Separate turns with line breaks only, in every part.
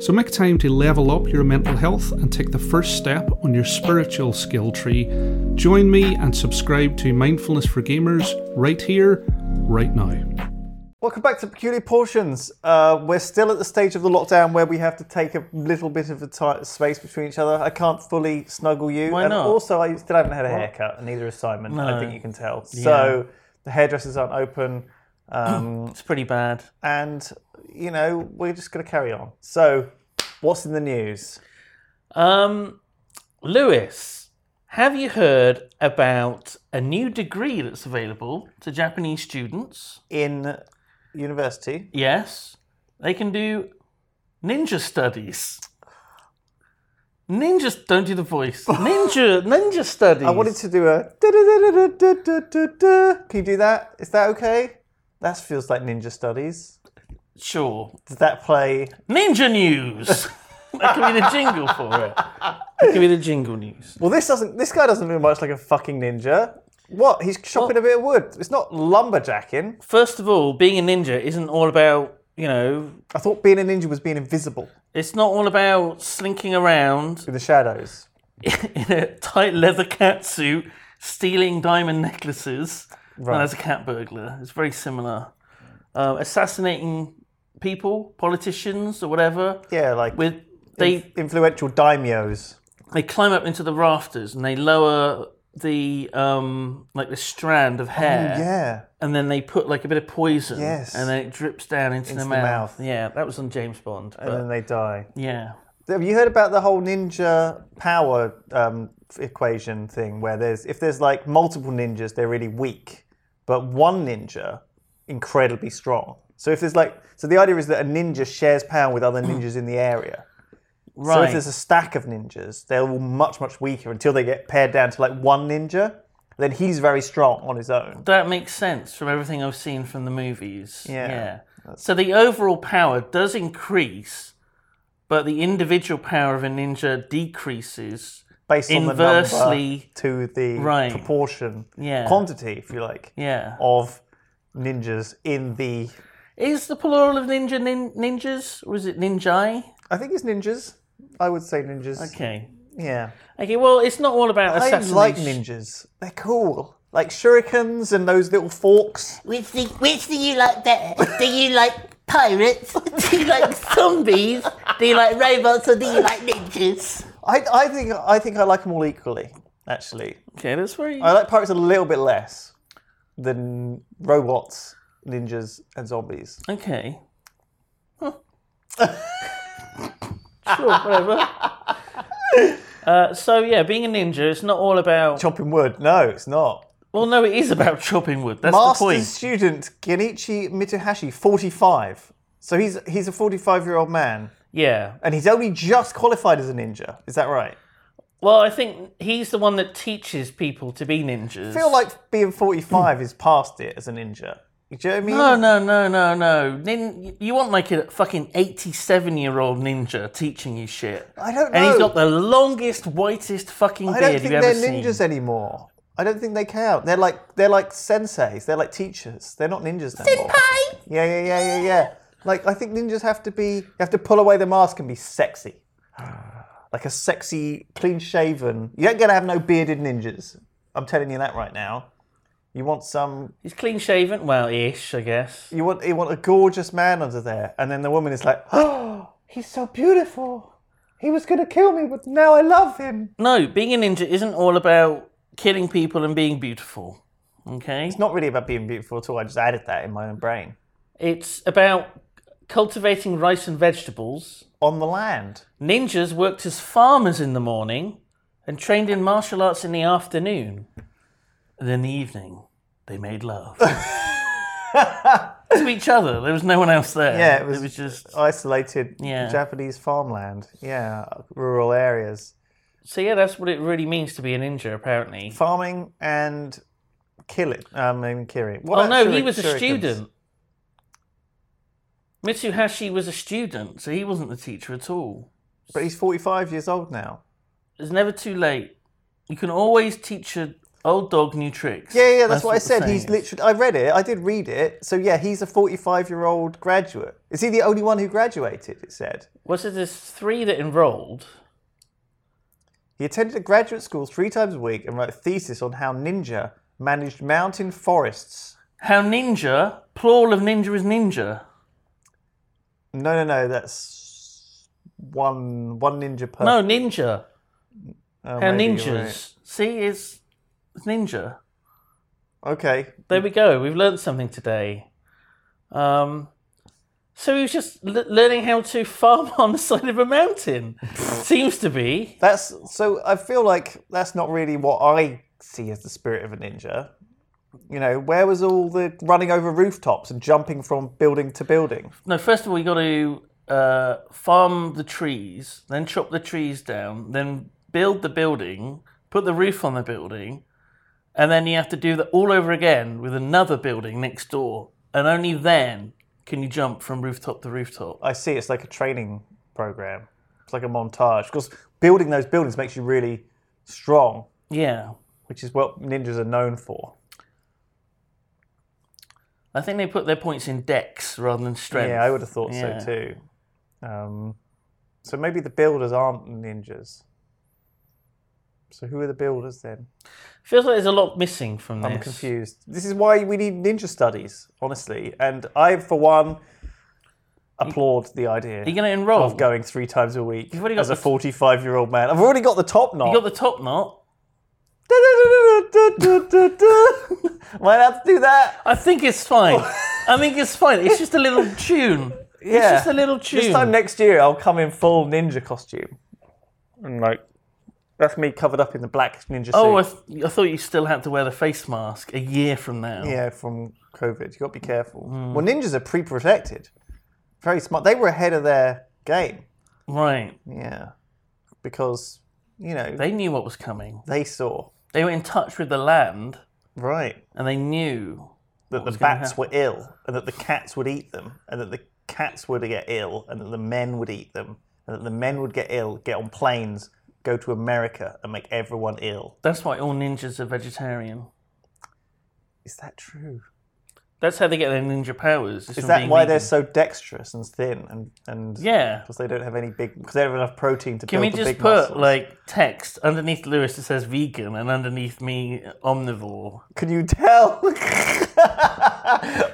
So make time to level up your mental health and take the first step on your spiritual skill tree. Join me and subscribe to Mindfulness for Gamers right here, right now.
Welcome back to Peculiar Portions. Uh, we're still at the stage of the lockdown where we have to take a little bit of a tight space between each other. I can't fully snuggle you.
Why
and
not?
also, I still haven't had a haircut, and neither has Simon. I
No.
think you can tell. So the hairdressers aren't open, um,
It's pretty bad.
and you know we're just going to carry on. So, what's in the news?
Um, Lewis, have you heard about a new degree that's available to Japanese students?
In university,
Yes, they can do ninja studies. Ninjas don't do the voice. Ninja, ninja studies.
I wanted to do a. Can you do that? Is that okay? That feels like ninja studies.
sure.
Does that play?
Ninja news. that could be the jingle for it. That could be the jingle news.
Well, this doesn't. This guy doesn't look much like a fucking ninja. What? He's chopping a bit of wood. It's not lumberjacking.
First of all, being a ninja isn't all about you know.
I thought being a ninja was being invisible
It's not all about slinking around
in the shadows.
in a tight leather cat suit, stealing diamond necklaces,
Right.
and as a cat burglar. It's very similar. Um, assassinating people, politicians, or whatever.
Yeah, like
With they
influential daimyos.
they climb up into the rafters and they lower the um like the strand of hair.
Oh, Yeah.
And then they put like a bit of poison.
Yes.
And then it drips down into,
Into
their
the
mouth.
mouth. Uh,
Yeah, that was on James Bond.
And then
But
they die.
yeah.
Have you heard about the whole ninja power um, equation thing? Where there's if there's like multiple ninjas, they're really weak, but one ninja incredibly strong. So if there's like so the idea is that a ninja shares power with other ninjas in the area. So if
Right.
there's a stack of ninjas, they're all much, much weaker until they get paired down to like one ninja. Then he's very strong on his own.
That makes sense from everything I've seen from the movies.
Yeah.
So the overall power does increase, but the individual power of a ninja decreases.
Based
Inversely-
on the number to the
Right.
proportion,
Yeah.
quantity, if you like,
Yeah.
of ninjas in the.
Is the plural of ninja nin- ninjas or is it ninjai?
I think it's ninjas. I would say ninjas.
Okay.
Yeah.
Okay, well, it's not all about
I
assassination.
like ninjas. They're cool. Like shurikens and those little forks.
Which do, which do you like better? Do you like pirates? Do you like zombies? Do you like robots or do you like ninjas?
I, I think I think I like them all equally. Actually,
Okay, that's very.
I like pirates a little bit less than robots, ninjas, and zombies.
Okay. Huh. sure, whatever. Uh, so yeah, being a ninja, it's not all about.
Chopping wood? No, it's not.
well, no, it is about chopping wood. That's the
Master
point.
student Genichi Mituhashi, 45. So he's he's a 45 year old man,
Yeah.
and he's only just qualified as a ninja. Is that right?
Well, I think he's the one that teaches people to be ninjas.
I feel like being 45 is past it as a ninja. Do you know what I mean?
No, no, no, no, no. Nin- you want like a fucking 87 year old ninja teaching you shit.
I don't know.
And he's got the longest, whitest fucking
I
beard
don't think
you've
they're
ever
ninjas
seen.
anymore. I don't think they count. They're like they're like senseis. They're like teachers. They're not ninjas no more.
Hi!
Yeah, yeah, yeah, yeah, yeah. Like I think ninjas have to be you have to pull away the mask and be sexy. Like a sexy, clean shaven. You ain't gonna have no bearded ninjas. I'm telling you that right now. You want some
He's clean shaven. Well, ish, I guess.
you want you want a gorgeous man under there. And then the woman is like, Oh, he's so beautiful. He was gonna kill me, but now I love him.
No, being a ninja isn't all about killing people and being beautiful. Okay?
It's not really about being beautiful at all, I just added that in my own brain.
It's about cultivating rice and vegetables.
On the land.
Ninjas worked as farmers in the morning and trained in martial arts in the afternoon. And in the evening, they made love. to each other. There was no one else there.
Yeah, it was-
just.
Isolated
Yeah.
Japanese farmland. Yeah. Rural areas.
So, yeah, that's what it really means to be a ninja, apparently.
farming and Killing. Um, I mean, Kiri. What
Oh
about
no, he
shuri-
was a
shurikens?
student. Mitsuhashi was a student, so he wasn't the teacher at all.
But he's 45 years old now.
It's never too late. You can always teach an old dog new tricks.
Yeah, yeah, that's, what, I
the
said.
saying
He's
is.
literally. I read it. I did read it. So yeah, he's a 45 year old graduate. Is he the only one who graduated? It said
Was it there's three that enrolled?
he attended a graduate school three times a week and wrote a thesis on how ninja managed mountain forests.
How ninja, plural of ninja is ninja.
No, no, no. That's one one ninja per.
No, ninja.
Oh,
How
maybe
ninjas.
you're
See, it's, it's ninja.
right. Okay.
There we go. We've learned something today. Um, so he was just l- learning how to farm on the side of a mountain. Seems to be.
That's so. I feel like that's not really what I see as the spirit of a ninja. You know, where was all the running over rooftops and jumping from building to building?
No, first of all, you got to uh, farm the trees, then chop the trees down, then build the building, put the roof on the building, and then you have to do that all over again with another building next door. And only then can you jump from rooftop to rooftop.
I see. It's like a training program. It's like a montage because building those buildings makes you really strong,
Yeah.
which is what ninjas are known for.
I think they put their points in dex rather than strength.
Yeah, I would have thought
Yeah.
so too. Um, so maybe the builders aren't ninjas. So who are the builders then?
Feels like there's a lot missing from this.
I'm confused. This is why we need ninja studies, honestly. And I, for one, applaud the idea
Are you going to enroll?
of going three times a week
You've already got
as a
the-
45 year old man. I've already got the top knot.
you got the top knot.
Am I allowed to do that?
I think it's fine. I think it's fine. It's just a little tune. It's
Yeah.
just a little tune.
This time next year, I'll come in full ninja costume. And like, that's me covered up in the black ninja suit.
Oh, I, th- I thought you still had to wear the face mask a year from now.
yeah, from COVID. You got to be careful.
Hmm.
Well, ninjas are pre-protected. Very smart. They were ahead of their game.
Right.
Yeah, because you know they,
They knew what was coming.
saw
They were in touch with the land
right
and they knew.
that the
was gonna
bats were ill, and that the cats would eat them, and that the cats would get ill, and that the men would eat them, and that the men would get ill, get on planes, go to America, and make everyone ill.
That's why all ninjas are vegetarian.
Is that true?
That's how they get their ninja powers.
Is that why
they're
they're so dexterous and thin and and
Yeah.
Because they don't have any big, because they don't have enough protein to
Can we
build the
just
big
put
muscles.
like text underneath Lewis that says vegan and underneath me omnivore?
Can you tell?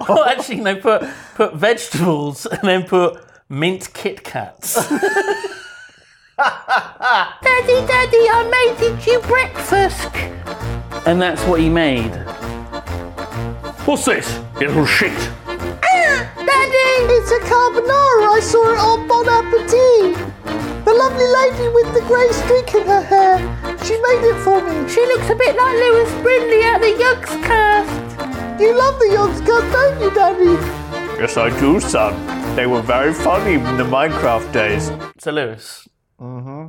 Oh, actually, no. Put put vegetables and then put mint Kit Kats.
Daddy, Daddy, I made you breakfast.
and that's what he made. What's this? Little shit.
Ah, Daddy! It's a carbonara. I saw it on Bon Appetit. The lovely lady with the grey streak in her hair. She made it for me. She looks a bit like Lewis Brindley at the Yogscast. You love the Yogscast, don't you, Daddy?
Yes, I do, son. They were very funny in the Minecraft days.
So Lewis, mm-hmm.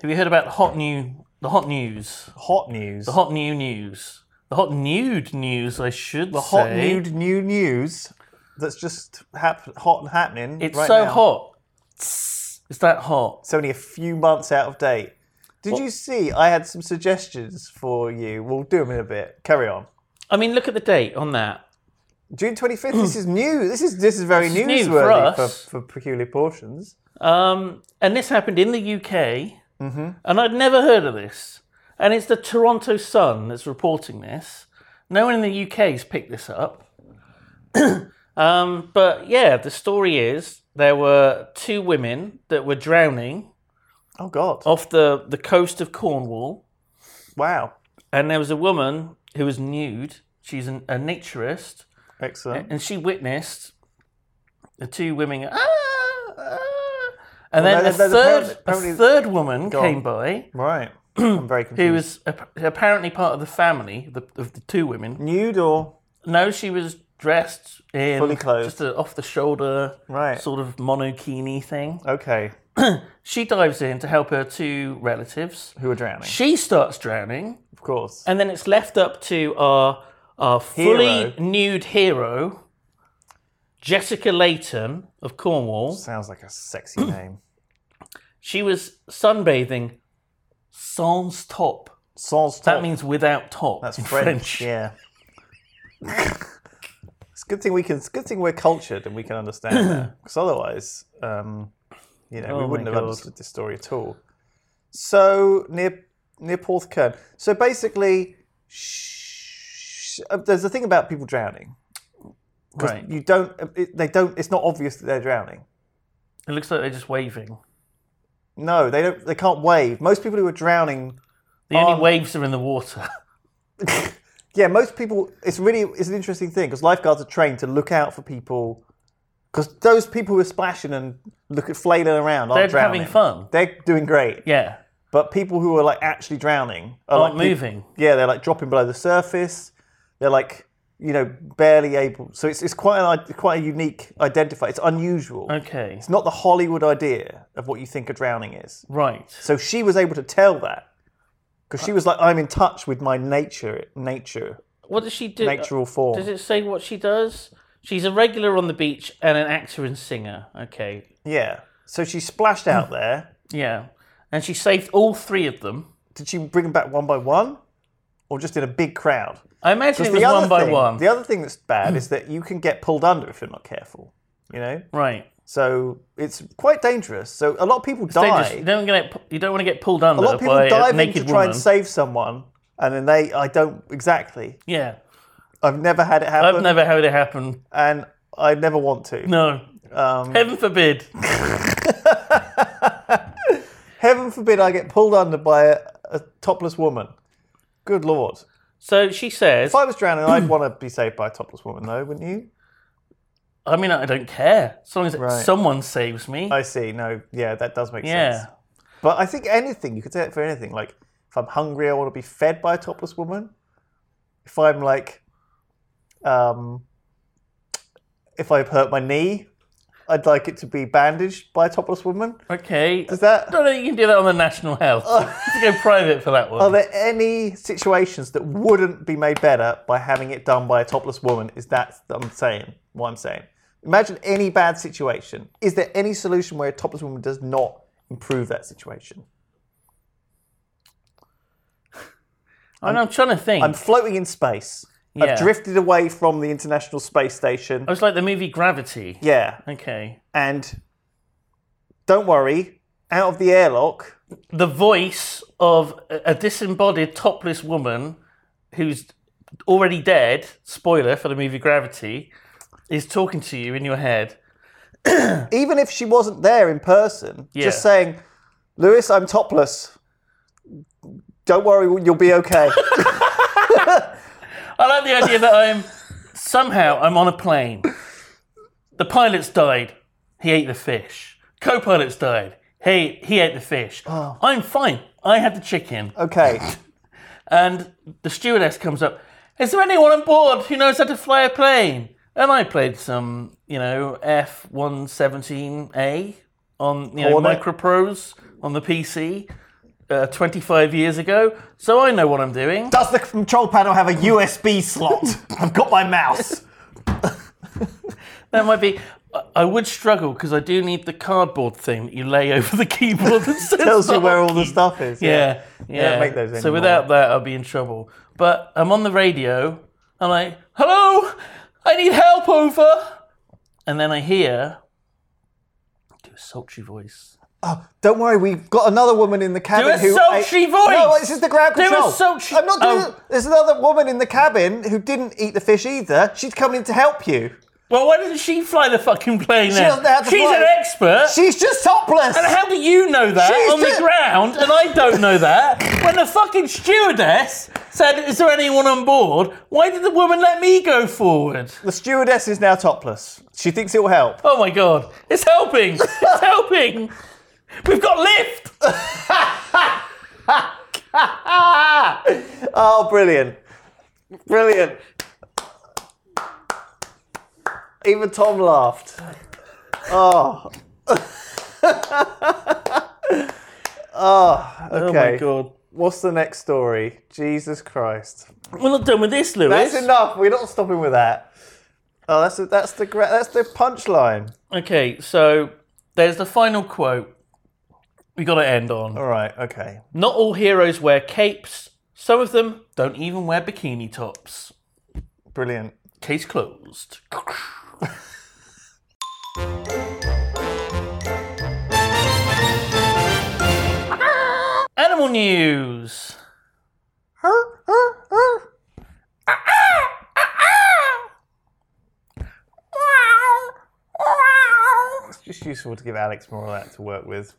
have you heard about hot new the hot news,
hot news.
the hot new news, the hot nude news? I should
the
say.
hot nude new news that's just hap- hot and happening.
It's
right
so
now.
hot. It's that hot.
It's only a few months out of date. Did you see? I had some suggestions for you. We'll do them in a bit. Carry on.
I mean, look at the date on that.
June twenty fifth. this is new. This is this is very
is new
newsworthy
for
for,
us.
for, peculiar portions.
Um, and this happened in the UK,
Mm-hmm.
and I'd never heard of this. And it's the Toronto Sun that's reporting this. No one in the UK's picked this up. um, but yeah, the story is there were two women that were drowning
Oh God!
off the, the coast of Cornwall,
Wow!
and there was a woman who was nude. She's an, a naturist,
Excellent.
and she witnessed the two women go, ah, ah.
Well,
and then
no, no,
a,
no,
third,
apparently- apparently-
a third woman
on. Mm-hmm.
came by
Right. I'm very
uh, who
confused.
was ap- apparently part of the family the, of the two women.
nude or
No, she was dressed in
Fully clothed.
just an off the shoulder
Right.
sort of monokini thing.
okay?
She dives in to help her two relatives.
Who are drowning?
She starts drowning,
Of course.
and then it's left up to our our fully
Hero.
nude hero, Jessica Layton of Cornwall.
Sounds like a sexy name.
She was sunbathing sans top.
Sans
That
top.
means without top.
that's
in
French. Yeah. it's a good thing we can. It's a good thing we're cultured and we can understand that. Because otherwise, um, you know, we
Oh my
wouldn't have
God.
understood this story at all. So near near Porthcurn. So basically, sh- uh, there's a thing about people drowning. 'Cause
Right.
You don't. uh, It, they don't. It's not obvious that they're drowning.
It looks like they're just waving.
No, they don't. They can't wave. Most people who are drowning.
The
Um,
only waves are in the water.
Yeah, most people. It's really it's an interesting thing because lifeguards are trained to look out for people. Because those people who are splashing and look at flailing around aren't
They're
drowning.
having fun.
They're doing great.
Yeah.
But people who are like actually drowning are
Aren't
like peop-
moving.
yeah, they're like dropping below the surface. They're like you know barely able. So it's, it's quite an, i- quite a unique identifier. It's unusual.
Okay.
It's not the Hollywood idea of what you think a drowning is.
Right.
So she was able to tell that because she was like, "I'm in touch with my nature, nature,
What does she do?
natural form."
uh, Does it say what she does? She's a regular on the beach and an actor and singer. Okay.
Yeah. So she splashed out there.
Yeah. And she saved all three of them.
Did she bring them back one by one, or just in a big crowd?
I imagine it was
the other
one by
thing,
one.
The other thing that's bad is that you can get pulled under if you're not careful. You know,
right.
so it's quite dangerous. So a lot of people
They
die.
just- you don't get pu- you don't want to get pulled under
a lot of people
by a
dive in to
naked
try
woman.
and save someone, and then they. I don't exactly.
yeah.
I've never had it happen,
I've never had it happen.
and I never want to.
No.
Um,
Heaven forbid.
Heaven forbid I get pulled under by a, a topless woman. Good lord.
So she says,
If I was drowning, I'd want to be saved by a topless woman, though, wouldn't you?
I mean, I don't care. As long as
Right.
someone saves me.
I see. No, yeah, that does make
yeah.
sense. But I think anything you could say it for anything. Like if I'm hungry, I want to be fed by a topless woman. If I'm like, um, if I've hurt my knee, I'd like it to be bandaged by a topless woman.
Okay.
Is that? Oh.
I don't think you can do that on the national health. you have to go private for that one.
Are there any situations that wouldn't be made better by having it done by a topless woman? Is that I'm saying what I'm saying? Imagine any bad situation. Is there any solution where a topless woman does not improve that situation?
I mean, I'm trying to think.
I'm floating in space.
Yeah. Oh.
I've drifted away from the International Space Station.
It was like the movie Gravity.
Yeah,
Okay.
and don't worry, out of the airlock.
The voice of a a disembodied topless woman who's already dead, spoiler for the movie Gravity, is talking to you in your head.
Even if she wasn't there in person,
Yeah.
just saying, "Lewis, I'm topless. Don't worry, you'll be okay."
I like the idea that I'm somehow I'm on a plane. The pilot's died. He ate the fish. Co-pilot's died. Hey, he ate the fish. I'm fine. I had the chicken.
okay.
And the stewardess comes up. Is there anyone on board who knows how to fly a plane? And I played some, you know, F117A on you know,
Hornet.
microprose on the PC uh, 25 years ago, so I know what I'm doing.
Does the control panel have a USB slot? I've got my mouse.
That might be. I- I would struggle because I do need the cardboard thing that you lay over the keyboard that says
Tells you where all the
hotkey.
stuff is.
Yeah, yeah.
make those
so
anymore.
without that, I'll be in trouble. But I'm on the radio. I'm like, "Hello, I need help over," and then I hear do a sultry voice.
Don't worry, we've got another woman in the cabin
Do a
who.
sultry
ate-
voice!
No, this is the ground
Do a
control.
sultry-
I'm not doing.
Oh.
it. There's another woman in the cabin who didn't eat the fish either. She's coming in to help you.
Well, why doesn't she fly the fucking plane? then?
doesn't know how to
She's
fly.
an expert.
She's just topless.
and how do you know that
She's
on the
ju-
ground? And I don't know that. When the fucking stewardess said, "Is there anyone on board?" Why did the woman let me go forward?
the stewardess is now topless. She thinks it will help.
Oh my god, it's helping! It's helping! We've got lift.
Oh, brilliant. Brilliant. Even Tom laughed. Oh. oh, okay.
Oh my god.
What's the next story? Jesus Christ.
We're not done with this, Lewis.
That's enough. We're not stopping with that. Oh, that's the, that's the gra- that's the punchline.
Okay, so there's the final quote we got to end on.
All right. Okay.
Not all heroes wear capes. Some of them don't even wear bikini tops.
Brilliant.
Case closed. Animal news.
It's just useful to give Alex more of that to work with.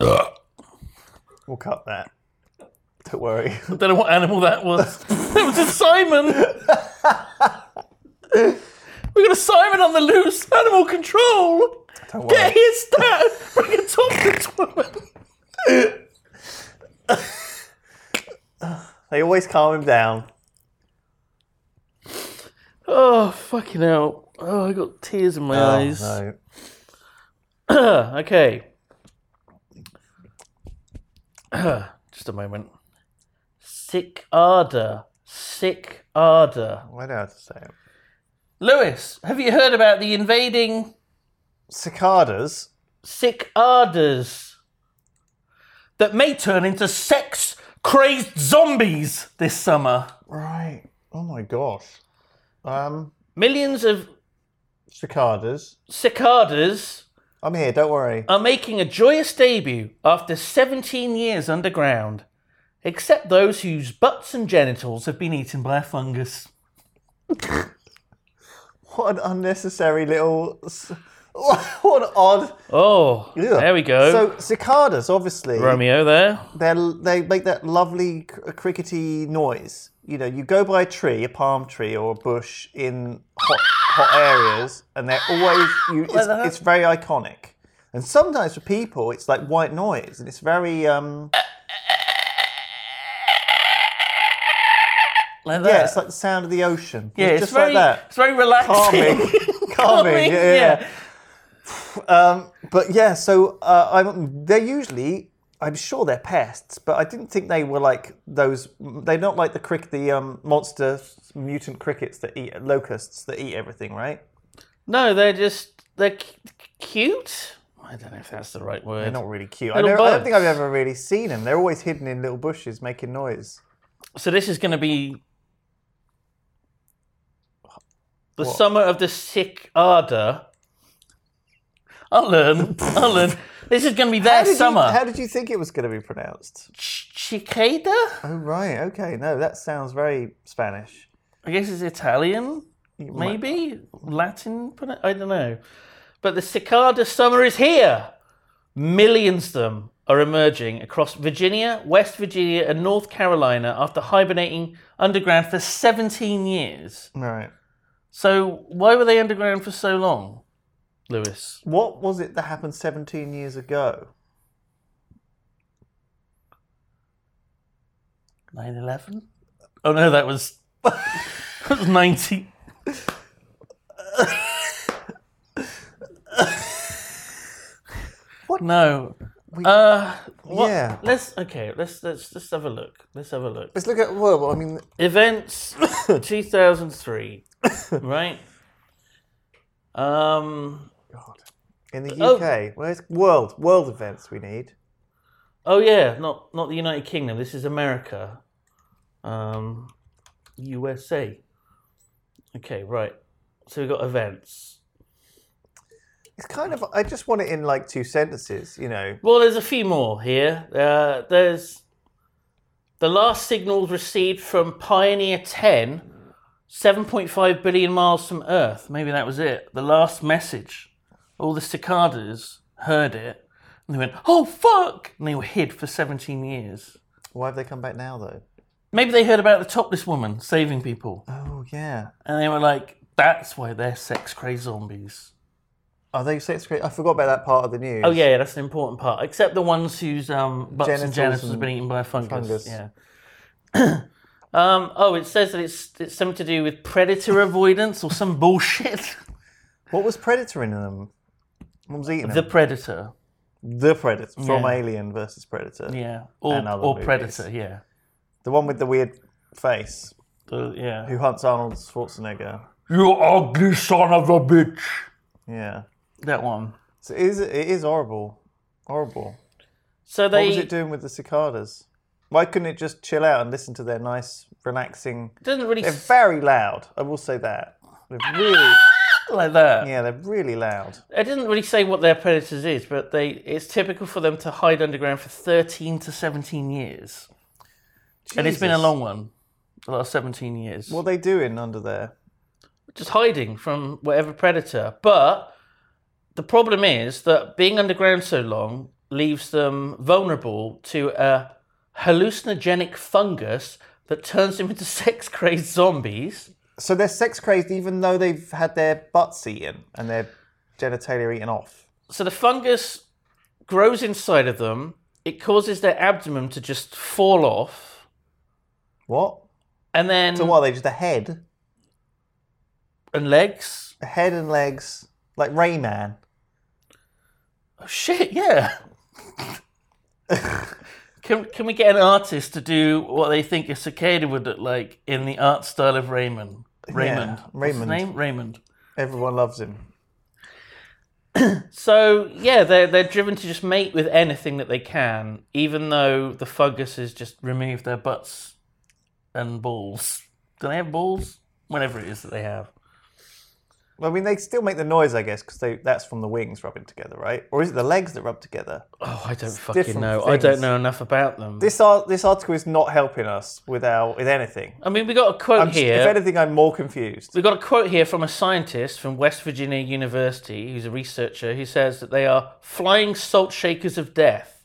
We'll cut that. Don't worry.
I don't know what animal that was. it was a Simon. we got a Simon on the loose. Animal control.
Don't worry.
Get his stat. Bring a top woman.
They always calm him down.
Oh fucking hell! Oh, I got tears in my eyes.
Oh, No.
okay. Just a moment. Sick ardor. Sick ardor.
Why do I have to say it?
Lewis, have you heard about the invading
Cicadas.
sick ardors that may turn into sex crazed zombies this summer?
Right. Oh my gosh. Um,
Millions of
cicadas.
cicadas
I'm here. Don't worry.
are making a joyous debut after 17 years underground, except those whose butts and genitals have been eaten by a fungus.
What an unnecessary little. s- What an odd.
Oh, there we go.
So cicadas, obviously,
Romeo there.
they they make that lovely cr- crickety noise. You know, you go by a tree, a palm tree or a bush in hot, hot areas, and they're always you. It's, it's very iconic. And sometimes for people, it's like white noise, and it's very um,
Like that.
yeah, it's like the sound of the ocean.
Yeah, it's
just
very,
like that.
It's very relaxing.
calming, calming. Yeah, yeah. Um, but yeah, so uh, I'm, they're usually, I'm sure they're pests, but I didn't think they were like those. They're not like the crick, the um, monster mutant crickets that eat locusts that eat everything, right?
No, they're just they're c- cute. I don't know if that's the right word.
They're not really cute. I
Little
don't, I don't
bugs.
think I've ever really seen them. They're always hidden in little bushes making noise.
So this is going to be the summer of the sick ardor. I'll learn. I'll learn. This is going to be their
How did you-
summer.
how did you think it was going to be pronounced?
Ch- Cicada?
Oh, right. Okay. No, that sounds very Spanish.
I guess it's Italian,
You might-
maybe Latin. pronu- I don't know. But the cicada summer is here. Millions of them are emerging across Virginia, West Virginia, and North Carolina after hibernating underground for 17 years.
Right.
So why were they underground for so long, Lewis?
What was it that happened 17 years ago?
9/11? Oh no, that was that was 90. what? No. uh, what?
Yeah.
Let's okay. Let's let's let's have a look. Let's have a look.
Let's look at. Well, I mean,
Events 2003, right? Um.
God. In the
Oh.
UK, well, it's world world events we need.
Oh yeah, not not the United Kingdom. This is America, um, USA. Okay, right. So we've got events.
It's kind of I just want it in like two sentences, you know.
Well, there's a few more here. Uh, there's the last signals received from Pioneer 10, 7.5 billion miles from Earth. Maybe that was it. The last message. All the cicadas heard it and they went, oh fuck! And they were hid for 17 years.
Why have they come back now though?
Maybe they heard about the topless woman saving people.
Oh yeah.
And they were like, that's why they're sex crazed zombies.
Are they sex cra I forgot about that part of the news.
Oh yeah, yeah, that's an important part. Except the ones whose um, butts and
Genitals
genitals have
and
been eaten by a fungus.
fungus.
Yeah. um, oh, it says that it's it's something to do with predator avoidance or some bullshit.
What was predator in them? What was eating
the
them?
predator.
The Predator from
Yeah.
Alien versus Predator.
Yeah. Or,
And other
or
movies.
Predator, yeah.
The one with the weird face
The- yeah.
who hunts Arnold Schwarzenegger.
You ugly son of a bitch.
Yeah.
That one.
So it is, it is horrible. Horrible.
So
What
they
was it doing with the cicadas? Why couldn't it just chill out and listen to their nice, relaxing?
doesn't really
They're
sound
very loud. I will say that. They're really,
like that.
yeah, they're really loud.
It didn't really say what their predators is, but they it's typical for them to hide underground for 13 to 17 years. And it's been a
Jesus.
long one. The last 17 years.
What are they doing under there?
just hiding from whatever predator. But the problem is that being underground so long leaves them vulnerable to a hallucinogenic fungus that turns them into sex crazed zombies.
So they're sex crazed, even though they've had their butts eaten and their genitalia eaten off.
So the fungus grows inside of them, it causes their abdomen to just fall off.
What?
And then
So what are they? Just a head,
and legs.
a head and legs, like Rayman.
Oh, shit, yeah. can can we get an artist to do what they think a cicada would look like in the art style of Raymond? Raymond. What's his
Raymond.
name? Raymond.
Everyone loves him.
So yeah, they're they're driven to just mate with anything that they can, even though the fungus has just removed their butts and balls. Do they have balls? Whatever it is that they have.
Well, I mean, they still make the noise, I guess, because that's from the wings rubbing together, right? Or is it the legs that rub together?
Oh, I don't fucking
different
know. I don't
things.
know enough about them.
This ar- this article is not helping us with our with anything.
I mean, we got a quote
I'm just-
here.
if anything, I'm more confused.
We've got a quote here from a scientist from West Virginia University who's a researcher who says that they are flying salt shakers of death.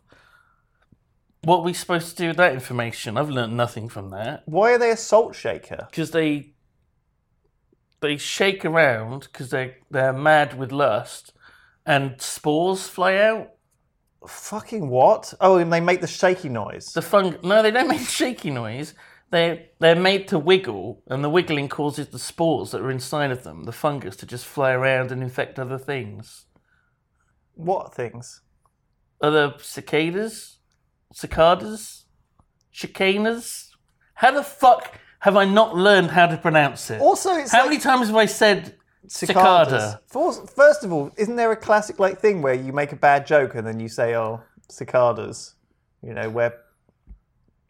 What are we supposed to do with that information? I've learned nothing from that.
Why are they a salt shaker?
Because they they shake around because they they're mad with lust and spores fly out.
Fucking what? Oh, and they make the shaky noise.
The fung no, they don't make shaky noise. They they're made to wiggle and the wiggling causes the spores that are inside of them, the fungus, to just fly around and infect other things.
What things?
other cicadas, cicadas, chicanas. How the fuck have I not learned how to pronounce it?
Also, it's
how
like
many times have I said
cicadas.
cicada?
For- First of all, isn't there a classic like thing where you make a bad joke and then you say, "Oh, cicadas," you know, where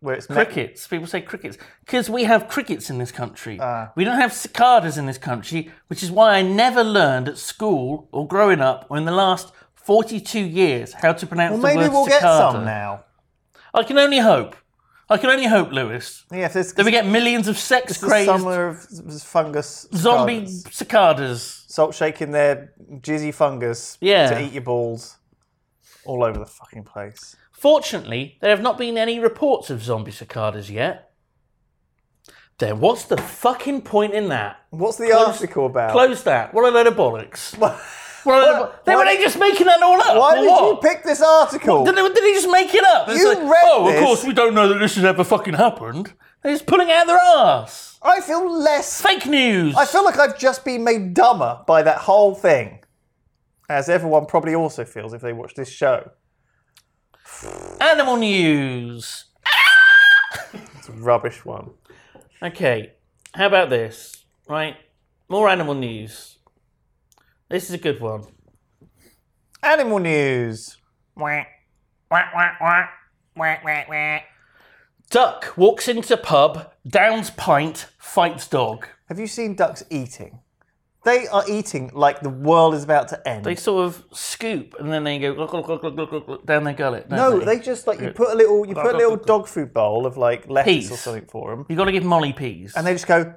where it's me-
Crickets. People say crickets because we have crickets in this country.
Ah.
we don't have cicadas in this country, which is why I never learned at school or growing up or in the last 42 years how to pronounce
Well,
the
maybe
word
we'll get
cicada.
some now.
I can only hope. I can only hope, Lewis,
Yeah, if this
that we
this
get millions of sex
is
crazed
summer of s- fungus
zombie
cicadas.
cicadas.
salt shaking their jizzy fungus
Yeah.
to eat your balls all over the fucking place.
Fortunately, there have not been any reports of zombie cicadas yet. Then what's the fucking point in that?
What's the article about?
Close that. What a load of bollocks. What a load of bo- they
why-
were they just making that all up.
Why
or
did you
what?
pick this article?
Did they, did they just make it up? It's
You read
oh,
this."
of course, we don't know that this has ever fucking happened. They're just pulling it out of their ass.
I feel less.
Fake news.
I feel like I've just been made dumber by that whole thing, as everyone probably also feels if they watch this show.
Animal news.
It's a rubbish one.
Okay, how about this? Right, more animal news. This is a good one.
Animal news.
Duck walks into pub, downs pint, fights dog.
Have you seen ducks eating? They are eating like the world is about to end.
They sort of scoop and then they go look, look, look, look, look, look, look, down their gullet.
no,
don't
they just like you put a little you put a little dog food bowl of like lettuce or
Peas.
something for them,
You got to give Molly peas.
and they just go.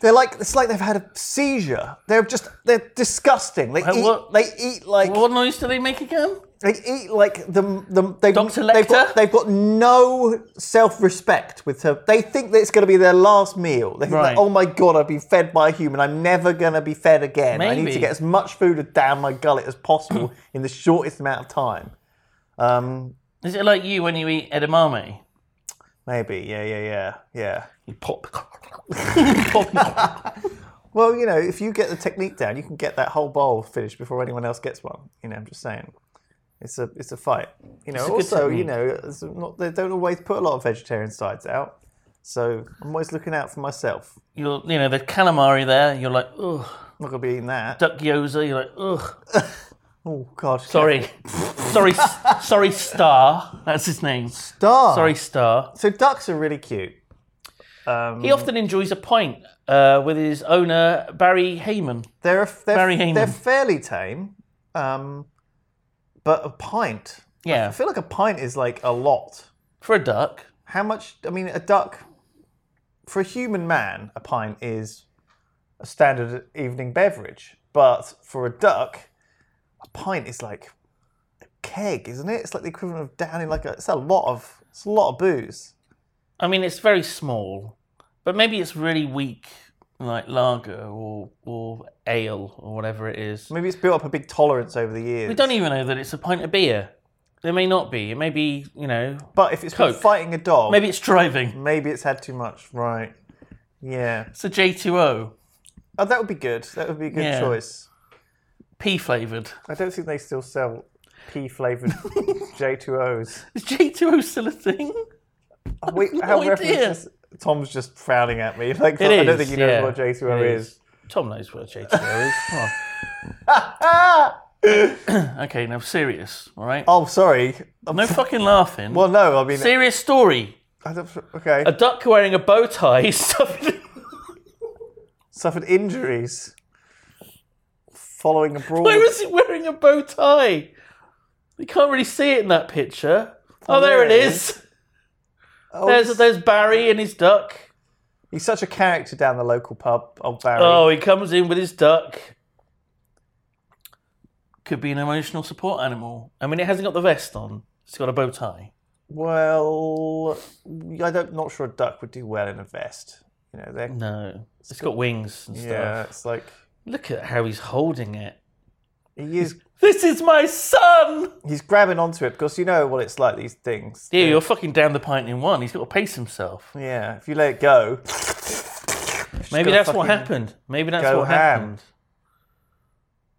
They're like it's like they've had a seizure. They're just they're disgusting. They eat
what-
they eat like
what noise do they make again?
they eat like the the they've,
Dr.
they've
Lecter?
got they've got no self respect with her. They think that it's going to be their last meal. They think
Right.
like, oh my god, I've been fed by a human. I'm never going to be fed again. I need
Maybe.
to get as much food down my gullet as possible in the shortest amount of time. Um,
Is it like you when you eat edamame?
Maybe, yeah, yeah, yeah, yeah.
You pop. pop.
Well, you know, if you get the technique down, you can get that whole bowl finished before anyone else gets one. You know, I'm just saying, it's a it's a fight. You know,
a good
also, you
technique.
know, it's not, they don't always put a lot of vegetarian sides out, so I'm always looking out for myself.
You're, you know, the calamari there. You're like, ugh.
I'm not gonna be eating that.
Duck gyoza. You're like, ugh.
Oh God,
Sorry, sorry, S- sorry, Star. That's his name.
Star.
Sorry, Star.
So ducks are really cute.
He often enjoys a pint uh, with his owner Barry Heyman.
They're a- they're,
Barry Heenan.
they're fairly tame, um, but a pint.
Yeah,
I feel like a pint is like a lot.
for a duck.
How much? I mean, a duck for a human man, a pint is a standard evening beverage, but for a duck, a pint is like a keg, isn't it? It's like the equivalent of downing like a. It's a lot of. It's a lot of booze.
I mean, it's very small, but maybe it's really weak, like lager or or ale or whatever it is.
Maybe it's built up a big tolerance over the years.
We don't even know that it's a pint of beer. It may not be. It may be, you know,
But if it's been
Coke.
fighting a dog,
maybe it's driving.
maybe it's had too much. Right. Yeah.
It's a J2O,
Oh, that would be good. That would be a good
Yeah.
choice.
P flavored.
I don't think they still sell pea flavored J2Os.
Is J2O still a thing?
Wait, how
no idea.
references? Tom's just frowning at me. Like
It
I don't
is,
think he knows
yeah.
what J2O
It
is.
Tom knows what a J2O is. Come on.
Ah!
Okay, now serious, all right?
Oh, sorry. I'm-
No fucking laughing.
Well, no. I mean,
Serious story.
I don't, okay.
A duck wearing a bow tie suffered
Suffered injuries following a brawl.
Why was he wearing a bow tie? You can't really see it in that picture. Oh, there it is.
Oh,
There's there's Barry and his duck.
he's such a character down the local pub. Old Barry.
Oh, he comes in with his duck. Could be an emotional support animal. I mean, it hasn't got the vest on. It's got a bow tie.
Well, I don't. Not sure a duck would do well in a vest. You know, they're
No, it's got wings and Mm, stuff.
yeah. It's like
Look at how he's holding it.
he is.
This is my son.
He's grabbing onto it because you know what it's like. These things.
Yeah, you're fucking down the pint in one. He's got to pace himself.
Yeah. If you let it go.
Maybe
gotta
that's
fucking
what happened. Maybe that's
go
what
ham.
happened.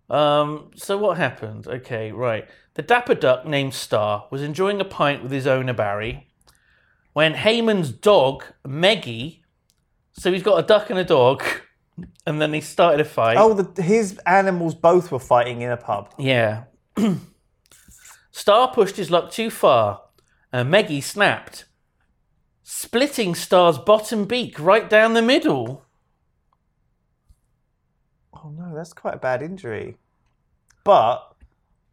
Um, so what happened? Okay, right. The dapper duck named Star was enjoying a pint with his owner Barry when Heyman's dog, Meggie, so he's got a duck and a dog, and then they started a fight.
Oh, the, his animals both were fighting in a pub.
Yeah. Star pushed his luck too far, and Meggie snapped, splitting Star's bottom beak right down the middle.
Oh no, that's quite a bad injury. But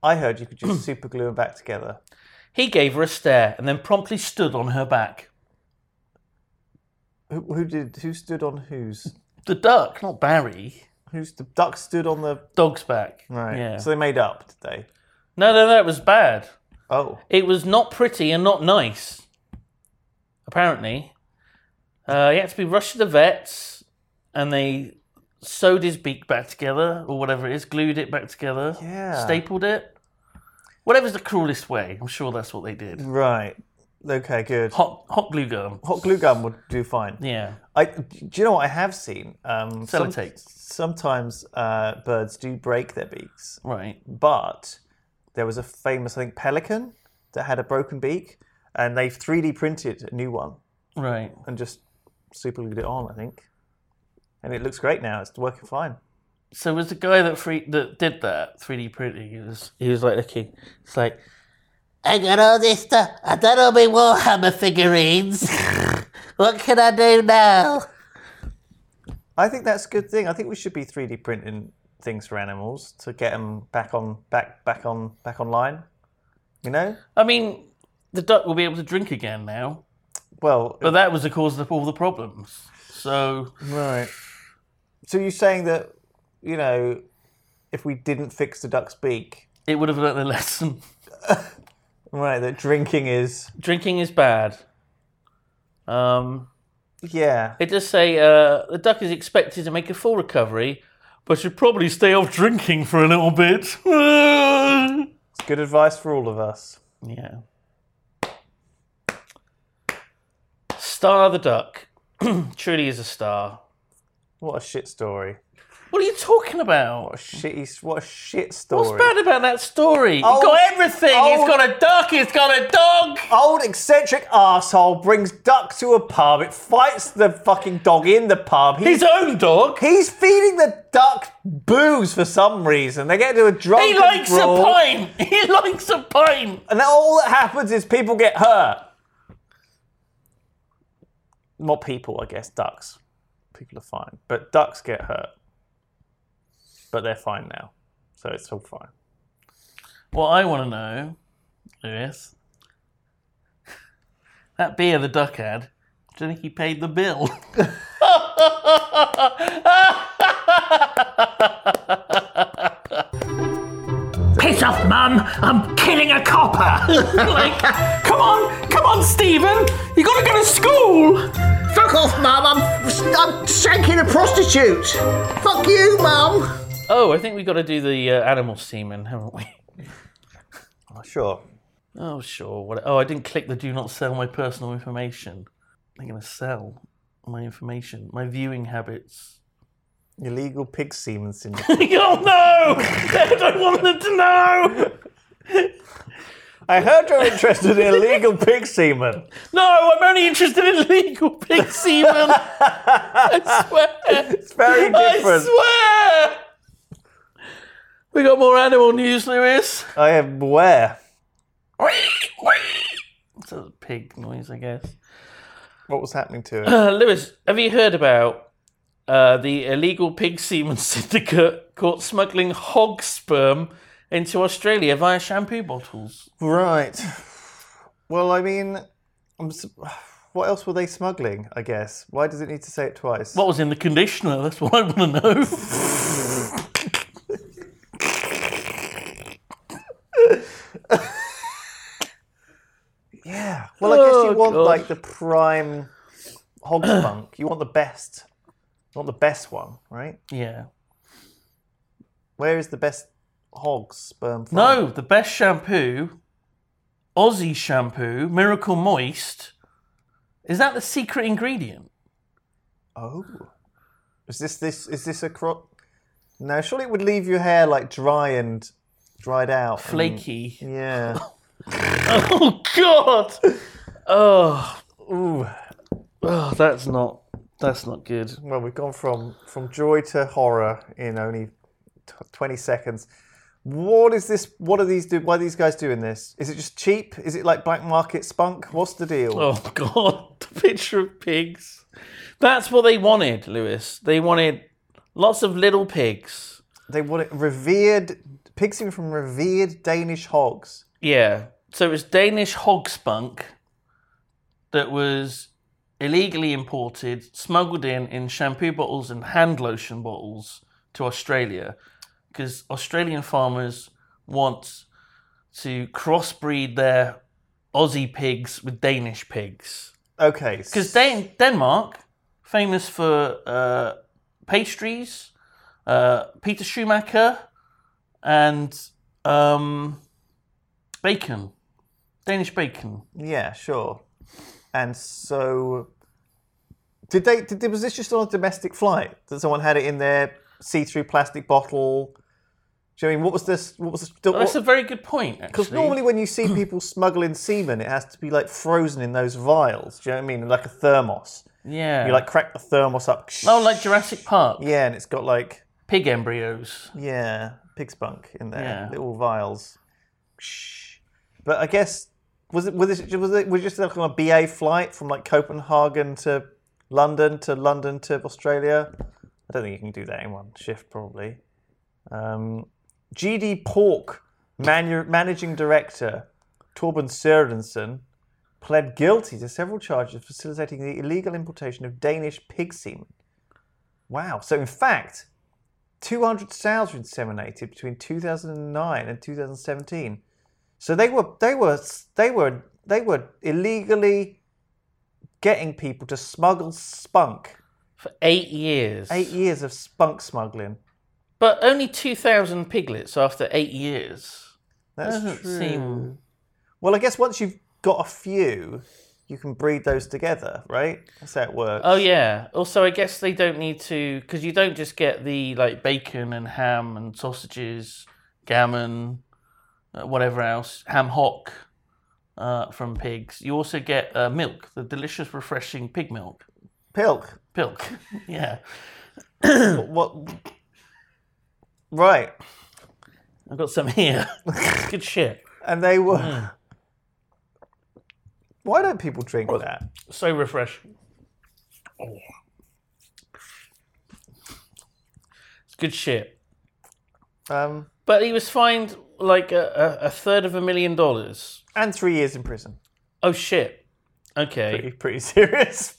I heard you could just super glue them back together.
He gave her a stare and then promptly stood on her back.
Who, who did? Who stood on whose?
The duck, not Barry.
Who's the duck stood on the?
Dog's back.
Right.
Yeah.
So they made up, did they?
no, no, no, it was bad.
Oh,
It was not pretty and not nice. Apparently. Uh, he had to be rushed to the vets and they sewed his beak back together or whatever it is, glued it back together,
Yeah.
stapled it. Whatever's the cruelest way, I'm sure that's what they
Mm.
did.
right. Okay, good. Hot,
Hot, hot glue gun.
glue gun would do fine.
Yeah.
I, do you know what I have seen? Um, some-
Sellotape.
sometimes uh, birds do break their beaks,
Right.
but there was a famous, I think, pelican that had a broken beak, and they've 3D printed a new one.
Right.
and just super glued it on, I think. And it looks great now. It's working fine.
So was the guy that free, that did that 3D printing? He was he was like looking. It's like I got all this stuff. I done all my Warhammer figurines. what can I do now?
I think that's a good thing. I think we should be 3D printing things for animals to get them back on back back on back online. You know?
I mean, the duck will be able to drink again now,
Well,
but that was the cause of all the problems. So
right. So you're saying that you know if we didn't fix the duck's beak,
it would have learned a lesson.
right, that drinking is
Drinking is bad. Um,
yeah.
it does say uh, the duck is expected to make a full recovery, but should probably stay off drinking for a little bit.
It's good advice for all of us.
Yeah. Star the Duck truly is a star.
What a shit story.
What are you talking about?
Shitty. What a shit story.
What's bad about that story?
Old-
it's got everything.
old-
It's got a duck. It's got a dog.
Old eccentric asshole brings duck to a pub. It fights the fucking dog in the pub. He's
His own dog.
he's feeding the duck booze for some reason. They get into a drunken
He likes a
brawl,
pint. He likes a pint.
and then all that happens is people get hurt. Not people, I guess. Ducks. People are fine, but ducks get hurt. But they're fine now, so it's all fine.
What I want to know is that beer the duck had. Do you think he paid the bill? Piss off, mum! I'm killing a copper. like, come on, come on, Stephen! You gotta go to school.
Fuck off, Mum. I'm, I'm shanking a prostitute. Fuck you, Mum.
Oh, I think we got to do the uh, animal semen, haven't we?
Sure.
Oh, sure. What? Oh, I didn't click the do not sell my personal information. They're going to sell my information, my viewing habits.
Illegal pig semen syndrome.
oh, no! I don't want them to know!
I heard you're interested in illegal pig semen.
No, I'm only interested in legal pig semen. I swear.
It's very different.
I swear! We got more animal news, Lewis.
I am aware.
It's a pig noise, I guess.
What was happening to it?
Uh, Lewis, have you heard about uh, the illegal pig semen syndicate caught smuggling hog sperm into Australia via shampoo bottles?
right. Well, I mean, I'm s what else were they smuggling? I guess. Why does it need to say it twice?
What was in the conditioner? That's what I want to know.
yeah. Well, I guess you
Oh,
want
God.
like the prime hog spunk. You want the best. You want the best one, right?
yeah.
Where is the best hog sperm from?
No, the best shampoo, Aussie shampoo, Miracle Moist. Is that the secret ingredient?
Oh. Is this this is this a crop? No, surely it would leave your hair like dry and dried out.
Mm.
and-
Flaky.
yeah.
Oh God! Oh, ooh. oh, that's not that's not good.
Well, we've gone from from joy to horror in only t- twenty seconds. What is this? What are these? Do why are these guys doing this? Is it just cheap? Is it like black market spunk? What's the deal?
Oh God, the picture of pigs. That's what they wanted, Lewis. They wanted lots of little pigs.
They want it revered pigs even from revered Danish hogs.
Yeah. So it was Danish hog spunk that was illegally imported, smuggled in in shampoo bottles and hand lotion bottles to Australia because Australian farmers want to crossbreed their Aussie pigs with Danish pigs.
Okay,
Because Dan- Denmark, famous for uh, pastries, uh, Peter Schumacher, and um, bacon, Danish bacon.
yeah, sure. And so, did they? Did, was this just on a domestic flight that someone had it in their see-through plastic bottle? Do you know what I mean what was this? What was this? what-
That's a very good point, actually.
Because normally when you see people smuggling semen, it has to be like frozen in those vials. Do you know what I mean? Like a thermos.
yeah,
You like crack the thermos up.
oh, like Jurassic Park,
yeah, and it's got like
pig embryos.
yeah, pig spunk in there,
Yeah.
little vials. Shh. But I guess was it was it was it was it just like on a BA flight from like Copenhagen to London to London to Australia? I don't think you can do that in one shift probably. Um, GD Pork, manu- managing director Torben Sørensen, pled guilty to several charges of facilitating the illegal importation of Danish pig semen. Wow! So in fact, 200 sows were inseminated between 2009 and 2017. So they were they were they were they were illegally getting people to smuggle spunk.
For eight years.
Eight years of spunk smuggling.
But only 2,000 piglets after eight years.
That's
Doesn't
true.
seem.
Well, I guess once you've got a few, you can breed those together, right? That's how it works.
Oh yeah. Also, I guess they don't need to because you don't just get the like bacon and ham and sausages, gammon, uh, whatever else, ham hock uh, from pigs. You also get uh, milk, the delicious, refreshing pig milk.
Pilk.
Pilk. yeah,
What? Right.
I've got some here. Good shit.
And they were.
Hmm.
Why don't people drink that?
So refreshing. It's good shit.
Um,
But he was fined like a, a, a third of a million dollars.
and three years in prison.
Oh shit. Okay.
Pretty, pretty serious.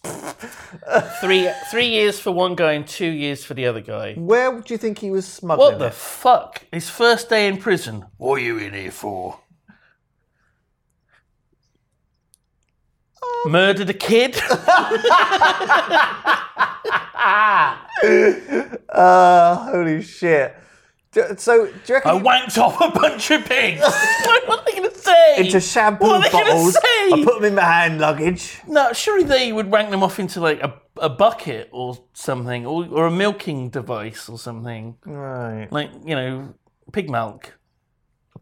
Three three years for one guy and two years for the other guy.
Where do you think he was smuggling?
What
it?
the fuck? His first day in prison. What are you in here for? Murdered a kid?
Uh, holy shit. Do- So, do you reckon
I
he-
wanked off a bunch of pigs. what are they gonna say?
into shampoo
What are they gonna
bottles? I
say?
put them in my hand luggage.
No, surely they would rank them off into like a, a bucket or something, or, or a milking device or something.
Right.
Like, you know, pig milk.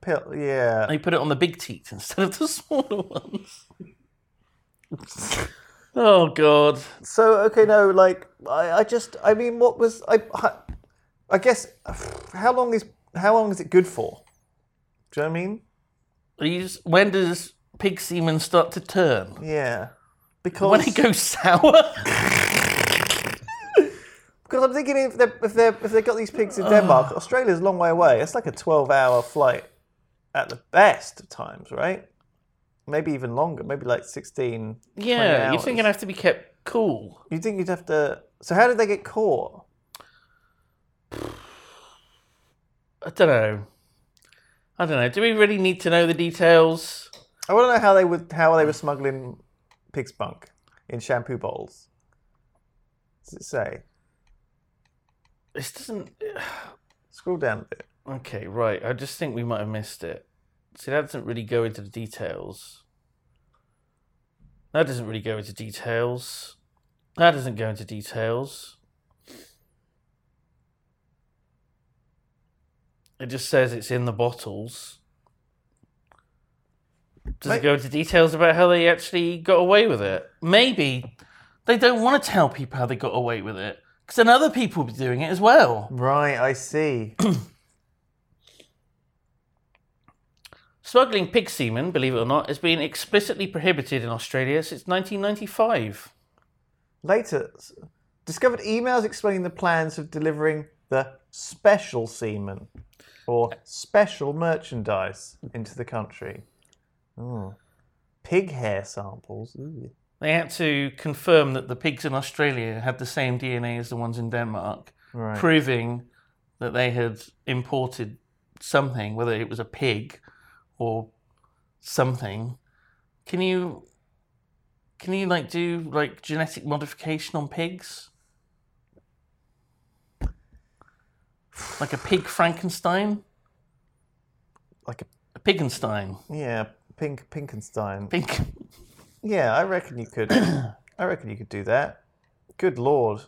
Pill, yeah.
They put it on the big teats instead of the smaller ones. oh, God.
So, okay, no, like, I, I just, I mean, what was, I, I, I guess, how long is, how long is it good for? Do you know what I mean?
These, when does pig semen start to turn?
Yeah.
When
Because,
it goes sour?
because I'm thinking if they're, if they're, if they got these pigs in Denmark, Australia's a long way away. It's like a 12 hour flight at the best of times, right? Maybe even longer, maybe like 16,
yeah, you're
hours.
thinking I have to be kept cool.
You think you'd have to? So how did they get caught?
I don't know. I don't know. Do we really need to know the details?
I want to know how they would how they were smuggling pig's bunk in shampoo bowls. Does it say?
This doesn't.
Scroll down a bit.
Okay, right. I just think we might have missed it. See, that doesn't really go into the details. That doesn't really go into details. That doesn't go into details. It just says it's in the bottles. Does
Mate-
it go into details about how they actually got away with it? Maybe they don't want to tell people how they got away with it because then other people will be doing it as well.
Right, I see.
Smuggling pig semen, believe it or not, has been explicitly prohibited in Australia since 1995.
Later, s- discovered emails explaining the plans of delivering the special semen or special merchandise into the country. Mm. Pig hair samples. Ooh.
They had to confirm that the pigs in Australia had the same DNA as the ones in Denmark,
Right.
proving that they had imported something, whether it was a pig or something. Can you can you like do like genetic modification on pigs? Like a pig Frankenstein?
Like a
A Pigenstein.
yeah, pink Pinkenstein.
Pink.
Yeah, I reckon you could. I reckon you could do that. Good lord.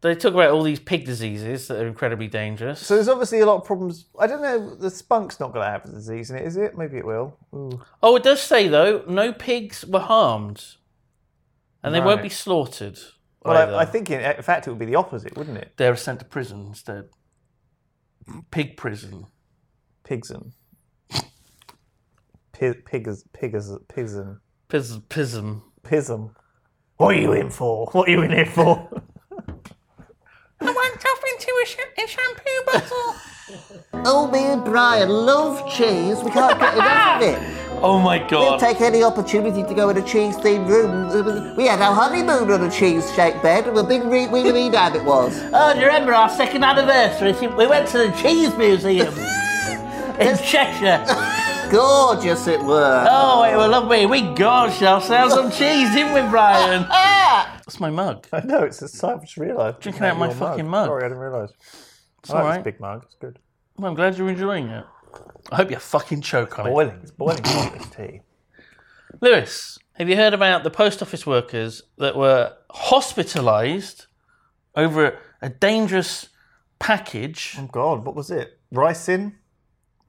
They talk about all these pig diseases that are incredibly dangerous.
So there's obviously a lot of problems. I don't know. The spunk's not going to have the disease in it, is it? Maybe it will. Ooh.
oh, it does say though, no pigs were harmed, and they won't
Right.
be slaughtered.
Well,
either.
I, I think in, in fact it would be the opposite, wouldn't it?
they were sent to prison instead. Pig prison.
Pigson. Pi- Piggers. Piggers. Pizzon.
Piz- pism.
Pism. What are you in for? What are you in here for?
I went off into a, shampoo bottle.
Old man Oh, Brian loves cheese. We can't get enough of it.
oh my
We'll
god!
take any opportunity to go in a cheese themed room. We had our honeymoon on a cheese shaped bed with a big re- wheelie wee dab it was.
oh, do you remember our second anniversary? We went to the cheese museum in Cheshire.
Gorgeous it were.
Oh, it was lovely. We gorged ourselves on cheese, didn't we, Brian? That's my mug.
I know. It's a I just realised.
Drinking out my
Your
fucking mug.
Sorry, I didn't realise.
It's
I like
alright.
this big mug. It's good.
Well, I'm glad you're enjoying it. I hope you fucking choke on it.
Boiling. It's boiling hot, this tea.
Lewis, have you heard about the post office workers that were hospitalised over a dangerous package?
Oh God, what was it? Ricin?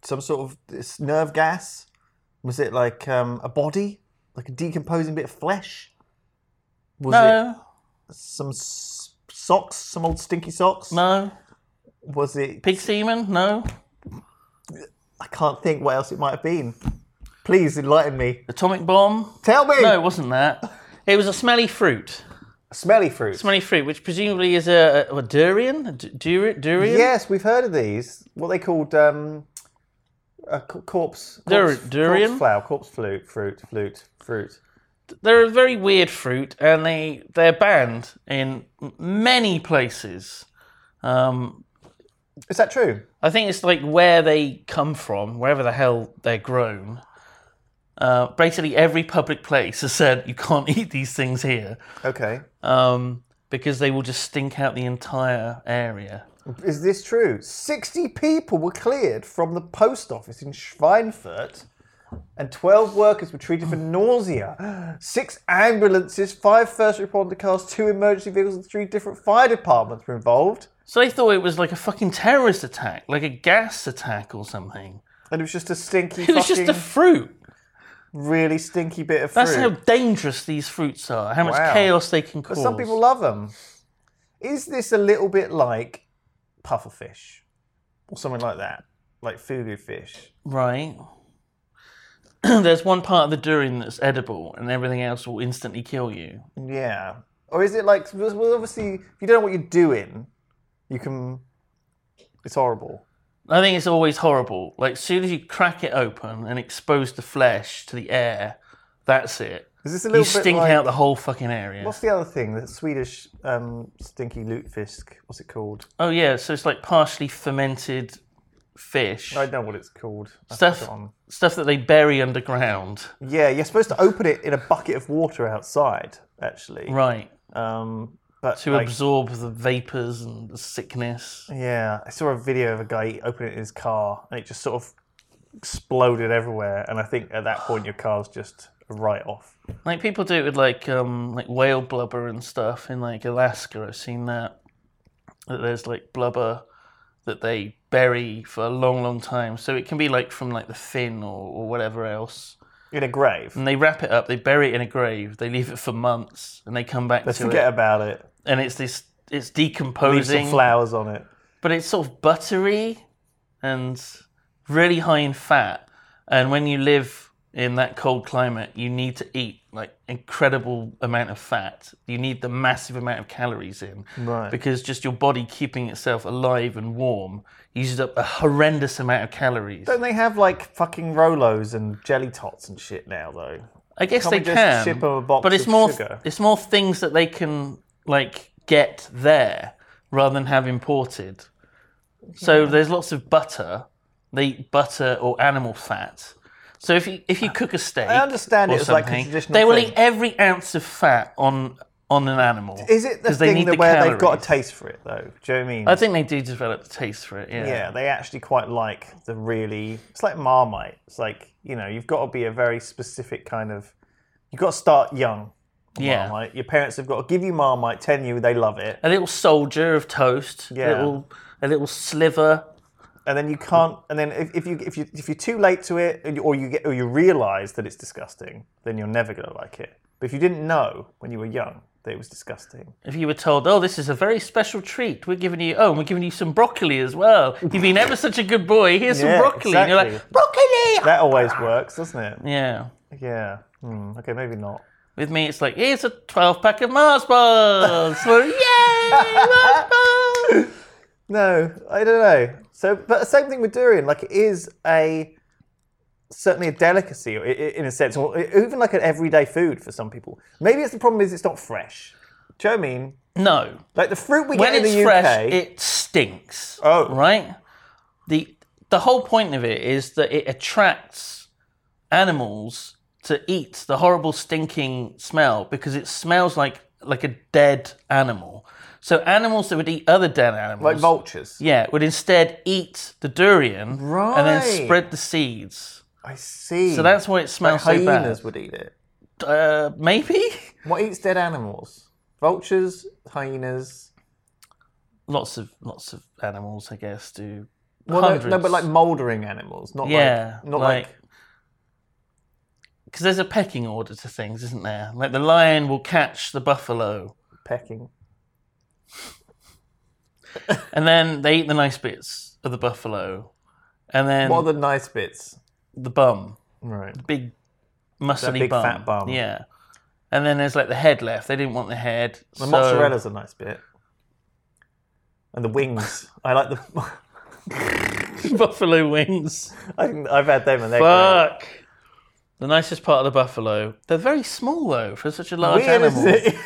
Some sort of this nerve gas? Was it like um, a body? Like a decomposing bit of flesh? Was
No,
it some s- socks? Some old stinky socks?
no.
Was it.
Pig semen? No.
I can't think what else it might have been. Please enlighten me.
Atomic bomb?
Tell me!
No, it wasn't that. It was a smelly fruit.
Smelly fruit.
Smelly fruit, which presumably is a, a, a durian? A du- duri- durian?
Yes, we've heard of these. What they called um, a co- corpse, corpse,
Dur- durian?
corpse flower, corpse flute, fruit, flute, fruit.
They're a very weird fruit, and they they're banned in m- many places. Um,
Is that true?
I think it's like where they come from, wherever the hell they're grown. Uh, basically, every public place has said you can't eat these things here
Okay.
um, because they will just stink out the entire area.
Is this true? Sixty people were cleared from the post office in Schweinfurt, and twelve workers were treated for nausea. Six ambulances, five first responder cars, two emergency vehicles, and three different fire departments were involved.
So they thought it was like a fucking terrorist attack, like a gas attack or something.
And it was just a stinky,
It was
fucking,
just a fruit.
really stinky bit of fruit.
That's how dangerous these fruits are. How much
Wow.
chaos they can
But
cause.
some people love them. Is this a little bit like pufferfish or something like that? Like fugu fish?
Right. There's one part of the durian that's edible, and everything else will instantly kill you.
Yeah. Or is it like, well, obviously, if you don't know what you're doing, you can. It's horrible.
I think it's always horrible. Like, as soon as you crack it open and expose the flesh to the air, that's it.
Is this a little
You
bit
stink
like,
out the whole fucking area.
What's the other thing? The Swedish um, stinky lutefisk. What's it called?
Oh, yeah, so it's like partially fermented fish.
I don't know what it's called. I've
Stuff,
forgotten.
stuff that they bury underground.
Yeah, you're supposed to open it in a bucket of water outside, actually.
Right.
Um, but
To
like,
absorb the vapors and the sickness.
Yeah, I saw a video of a guy opening his car and it just sort of exploded everywhere. And I think at that point, your car's just a write off.
Like people do it with like um like whale blubber and stuff in like Alaska. I've seen that. That there's like blubber that they bury for a long, long time. So it can be like from like the fin or, or whatever else.
In a grave.
And they wrap it up, they bury it in a grave, they leave it for months, and they come back
Let's
to
forget
it.
about it.
And it's this it's
Leave some
decomposing
flowers on it.
but it's sort of buttery and really high in fat. And when you live in that cold climate, you need to eat like incredible amount of fat. You need the massive amount of calories in,
Right.
Because just your body keeping itself alive and warm uses up a horrendous amount of calories.
Don't they have like fucking Rolos and jelly tots and shit now, though?
I guess
Can't
they
we just
can,
ship 'em a box
but it's
of
more
sugar?
it's more things that they can like get there rather than have imported. So there's lots of butter. They eat butter or animal fat. So if you if you cook a steak,
I understand
or
it as like a
something,
traditional
They will
thing.
eat every ounce of fat on on an animal.
Is it the
'cause they
thing
need
that
the
where
calories.
they've got a taste for it, though? Do you know what I mean?
I think they do develop the taste for it. Yeah.
yeah, they actually quite like the really. It's like Marmite. It's like, you know, you've got to be a very specific kind of. You've got to start young.
Yeah.
Marmite. Your parents have got to give you Marmite, tell you they love it,
A little soldier of toast.
Yeah.
A little a little sliver.
and then you can't. And then if, if you if you if you're too late to it, and you- or you get or you realise that it's disgusting, then you're never gonna like it. But if you didn't know when you were young that it was disgusting,
If you were told, "Oh, this is a very special treat. We're giving you oh, and we're giving you some broccoli as well. You've been ever such a good boy. Here's
Yeah,
some broccoli." And you're like,
exactly.
"Broccoli!"
that always works, doesn't it?
Yeah.
Yeah. Hmm, okay, maybe not.
With me, it's like, "Here's a 12 pack of Mars bars." Well, Yay! Mars bars!
No, I don't know. So, but the same thing with durian. Like, it is a certainly a delicacy i- i- in a sense, or e, even like an everyday food for some people. Maybe it's the problem is it's not fresh. Do you know what I mean?
No.
Like the fruit we
When
get in
it's
the UK.
fresh, it stinks.
Oh.
Right? The the whole point of it is that it attracts animals to eat the horrible stinking smell because it smells like like a dead animal. So animals that would eat other dead animals
like vultures.
Yeah, would instead eat the durian and then
Right.
spread the seeds.
I see.
So that's why it
like
smells so
hyenas
bad.
would eat it.
Uh, maybe
What eats dead animals? Vultures, hyenas.
lots of lots of animals, I guess, do.
Well, no- no,
Hundreds.
but like mouldering animals, not
Yeah,
like not
like-
like,
because there's a pecking order to things, isn't there? Like the lion will catch the buffalo,
pecking.
and then they eat the nice bits of the buffalo, and then
What are the nice bits?
the bum,
Right.
big muscly
big
bum,
fat bum.
yeah. And then there's like the head left. They didn't want the head.
The
so-
mozzarella's a nice bit. And the wings. I like the.
buffalo wings.
I think I've had them and they're great.
Fuck. The nicest part of the buffalo. They're very small though for such a large
Weird,
animal.
is it?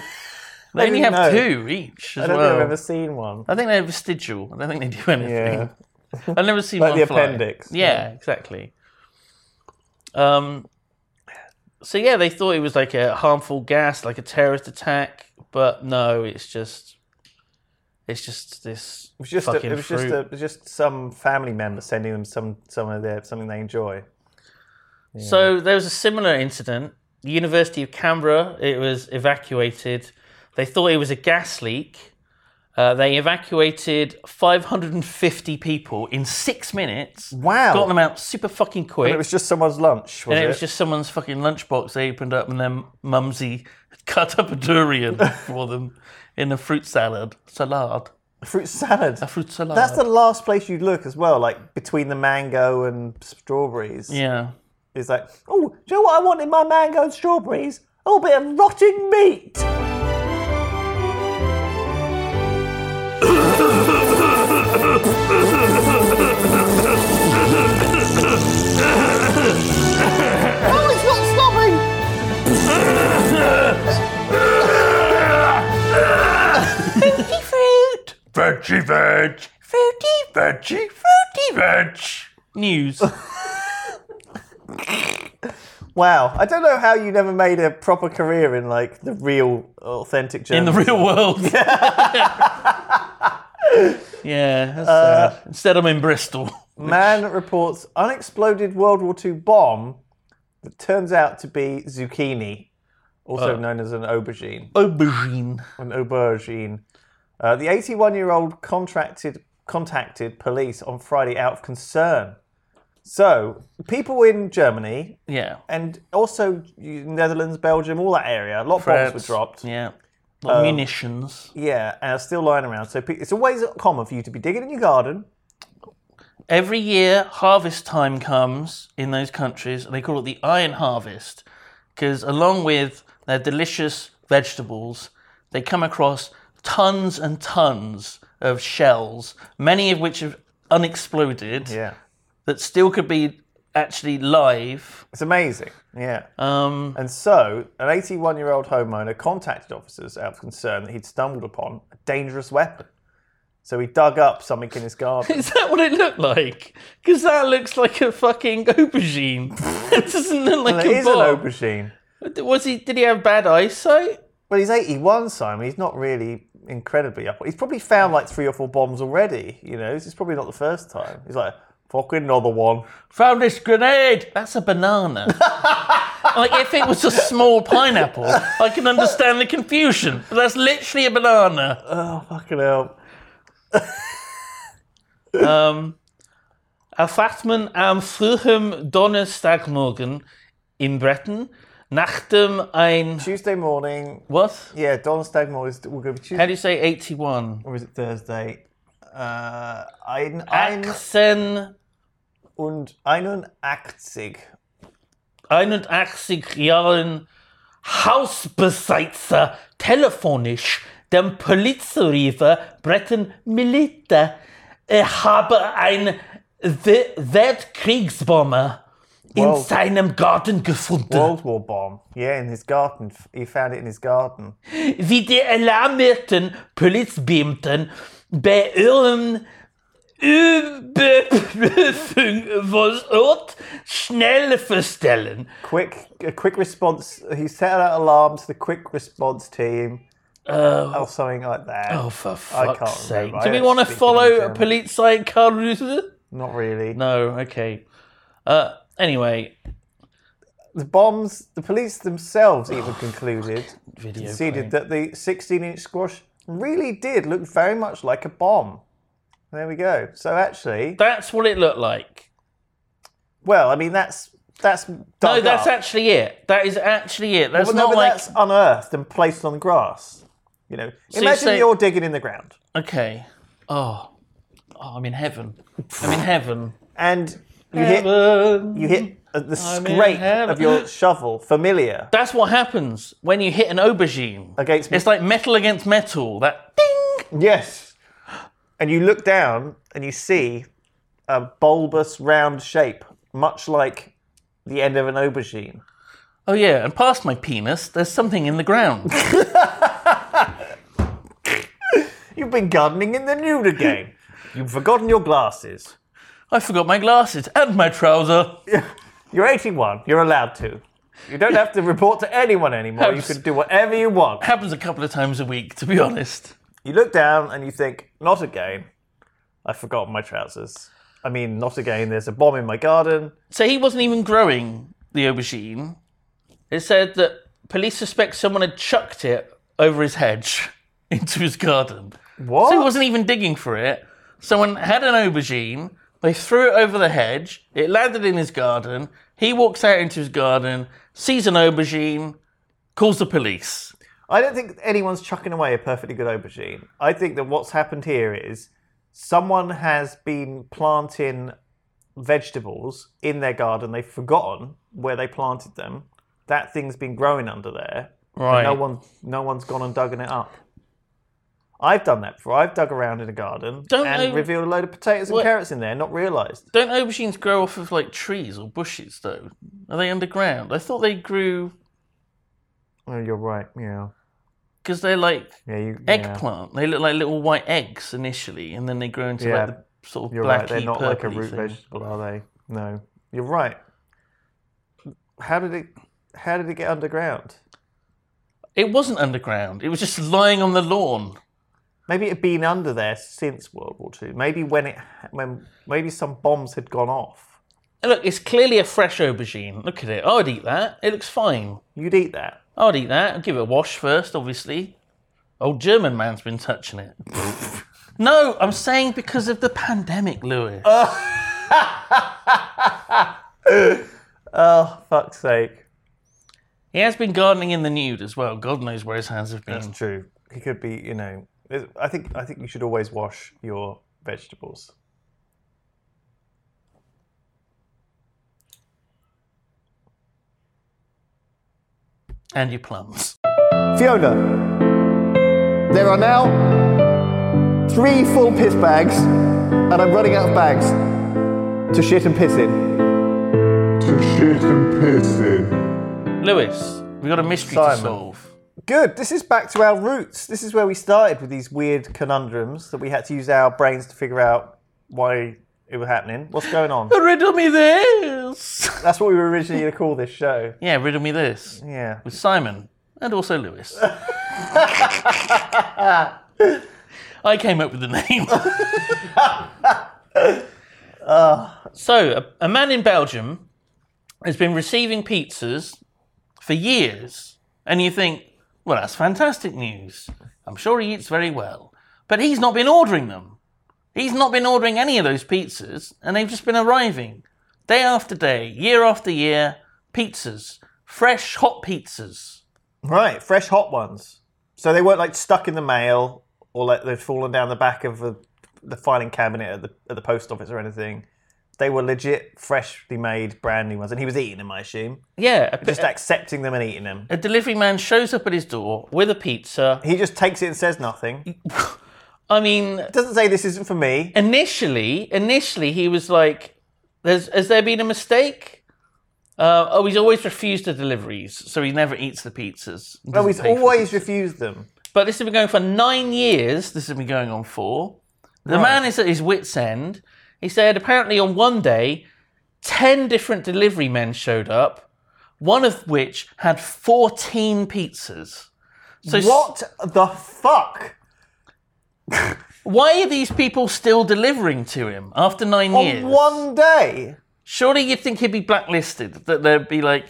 They only have
didn't know.
two each as
I don't
well.
think I've ever seen one.
I think they're vestigial. I don't think they do anything.
Yeah.
I've never seen
Like
one
the
fly.
appendix.
Yeah, exactly. Um. So yeah, they thought it was like a harmful gas, like a terrorist attack, but no, it's just, it's just this
It was just, a,
fucking
it was
fruit.
just, a, it was just some family member sending them some, some of their something they enjoy.
So there was a similar incident. The University of Canberra, it was evacuated. They thought it was a gas leak. Uh, they evacuated 550 people in six minutes.
Wow.
Got them out super fucking quick.
It was just someone's lunch. Was
and
it?
it was just someone's fucking lunchbox they opened up, and then Mumsy cut up a durian for them in a fruit salad. Salad.
fruit salad.
A fruit salad.
That's the last place you'd look as well, like between the mango and strawberries.
Yeah.
It's like, oh, do you know what I want in my mango and strawberries? A little bit of rotting meat.
Oh, it's not stopping!
Fruit! Veggie veg! Fruity veggie, fruity veg! News.
Wow, I don't know how you never made a proper career in like the real, authentic
in the
journalism.
real world. yeah, that's sad. Instead, I'm in Bristol.
Man reports unexploded World War II bomb that turns out to be zucchini,
Oh.
also known as an aubergine.
Aubergine.
An aubergine. Uh, the 81-year-old contracted contacted police on Friday out of concern. So people in Germany
Yeah.
and also Netherlands, Belgium, all that area, a lot of bombs were dropped.
Yeah. Like munitions.
Yeah, and are still lying around. So pe- it's always common for you to be digging in your garden.
Every year, harvest time comes in those countries, and they call it the iron harvest, because along with their delicious vegetables, they come across tons and tons of shells, many of which are unexploded,
Yeah,
that still could be actually live.
it's amazing. Yeah.
Um,
And so, an 81 year old homeowner contacted officers out of concern that he'd stumbled upon a dangerous weapon. So he dug up something in his garden.
Is that what it looked like? Because that looks like a fucking aubergine. it doesn't look like
It
a
is an
bomb.
aubergine.
Was he? Did he have bad eyesight?
But he's 81, Simon. He's not really incredibly up. He's probably found like three or four bombs already. You know, this is probably not the first time. He's like, fucking another one.
Found this grenade. That's a banana. like if it was a small pineapple, I can understand the confusion. But that's literally a banana.
Oh, fucking hell.
Um, auf Atmen am frühen Donnerstagmorgen in Breton, nachdem ein
Tuesday morning.
what?
Yeah, Don Stagmore is. We're going to be Tuesday.
How do you say eighty-one?
or is it Thursday? Uh, ein, ein
Achsen
und 81.
81 Jahren Hausbesitzer telefonisch dem Polizeirevier Breton Milita äh, habe ein We Weltkriegsbomber in
Wow.
seinem Garten gefunden.
World War bomb. Yeah, in his garden. F- He found it in his garden.
Wie die alarmierten Polizeibeamten bei ihren Überprüfung vor Ort schnell feststellen,
Quick, a quick response. He set out alarms. The quick response team, or something like that.
Oh, for fuck's
I can't
sake.
remember.
Do
I
we
don't
want to
speak any
follow
German.
Polizei Karuse?
Not really.
No, okay. Uh, Anyway,
The bombs, the police themselves
Oh,
even concluded,
video.
conceded
playing.
that the 16 inch squash really did look very much like a bomb. There we go. So actually,
That's what it looked like.
well, I mean, that's. That's dug
No, Oh, that's
up.
actually it. That is actually it. That's
Well, no,
not
but
like
that's unearthed and placed on the grass. You know,
you're
imagine
saying-
you're digging in the ground
okay. Oh, oh I'm in heaven. I'm in heaven.
and you hit
Heaven.
you hit uh, the
I'm in
scrape
heaven.
of your shovel, familiar.
That's what happens when you hit an aubergine.
Against me-
It's like metal against metal. That ding.
Yes, and you look down and you see a bulbous round shape, much like the end of an aubergine.
Oh yeah, and past my penis, there's something in the ground.
You've been gardening in the nude again. You've forgotten your glasses.
I forgot my glasses and my trouser.
You're 81. You're allowed to. You don't have to report to anyone anymore. You
Abs-
can do whatever you want.
Happens a couple of times a week, to be honest.
You look down and you think, not again. I've forgotten my trousers. I mean, not again. There's a bomb in my garden.
So he wasn't even growing the aubergine. It said that police suspect someone had chucked it over his hedge into his garden.
What?
So he wasn't even digging for it. Someone had an aubergine, they threw it over the hedge, it landed in his garden. He walks out into his garden, sees an aubergine, calls the police.
I don't think anyone's chucking away a perfectly good aubergine. I think that what's happened here is someone has been planting vegetables in their garden. They've forgotten where they planted them. That thing's been growing under there.
Right.
No one, no one's gone and dug it up. I've done that before. I've dug around in a garden
Don't
and
know-
revealed a load of potatoes and
What-
carrots in there, not realised.
Don't aubergines grow off of like trees or bushes though? Are they underground? I thought they grew
Oh, you're right. Yeah.
because they're like
Yeah, you,
eggplant. They look like little white eggs initially, and then they grow into
Yeah.
like the sort of
You're
blacky,
right. They're not like a
purpley
root
thing.
vegetable, are they? No. You're right. How did it? How did it get underground?
It wasn't underground. It was just lying on the lawn.
Maybe it had been under there since World War Two. Maybe when it when maybe some bombs had gone off.
And look, it's clearly a fresh aubergine. Look at it. I would eat that. It looks fine.
You'd eat that.
I would eat that. I'd give it a wash first, obviously. Old German man's been touching it. no, I'm saying because of the pandemic, Lewis.
Uh. Oh, fuck's sake!
he has been gardening in the nude as well. God knows where his hands have been.
It's true. He could be. You know. it's- I think. I think you should always wash your vegetables.
And your plums.
Fiona, there are now three full piss bags, and I'm running out of bags to shit and piss in.
to shit and piss in.
Lewis, we got a mystery to
Simon.
solve.
Good. This is back to our roots. This is where we started with these weird conundrums that we had to use our brains to figure out why it was happening. What's going on?
Riddle me this.
That's what we were originally going to call this show.
Yeah, riddle me this.
Yeah.
With Simon and also Lewis. I came up with the name. so, a, a man in Belgium has been receiving pizzas for years, and you think, well, that's fantastic news. I'm sure he eats very well. But he's not been ordering them. He's not been ordering any of those pizzas, and they've just been arriving day after day, year after year, pizzas, fresh hot pizzas.
Right, fresh hot ones. So they weren't like stuck in the mail or like they'd fallen down the back of the, the filing cabinet at the, at the post office or anything. They were legit, freshly made, brand new ones. And he was eating them, I assume.
Yeah, a,
Just accepting them and eating them.
a delivery man shows up at his door with a pizza.
He just takes it and says nothing.
I mean,
Doesn't say this isn't for me.
initially, initially he was like, "There's has there been a mistake?" Uh, oh, he's always refused the deliveries, so he never eats the pizzas.
No, he's always refused them.
But this has been going for nine years. This has been going on for. The man is at his wits' end. He said apparently on one day, 10 different delivery men showed up, one of which had 14 pizzas. So s-
What the fuck?
why are these people still delivering to him after nine
On
years?
one day?
Surely you'd think he'd be blacklisted, that there'd be like,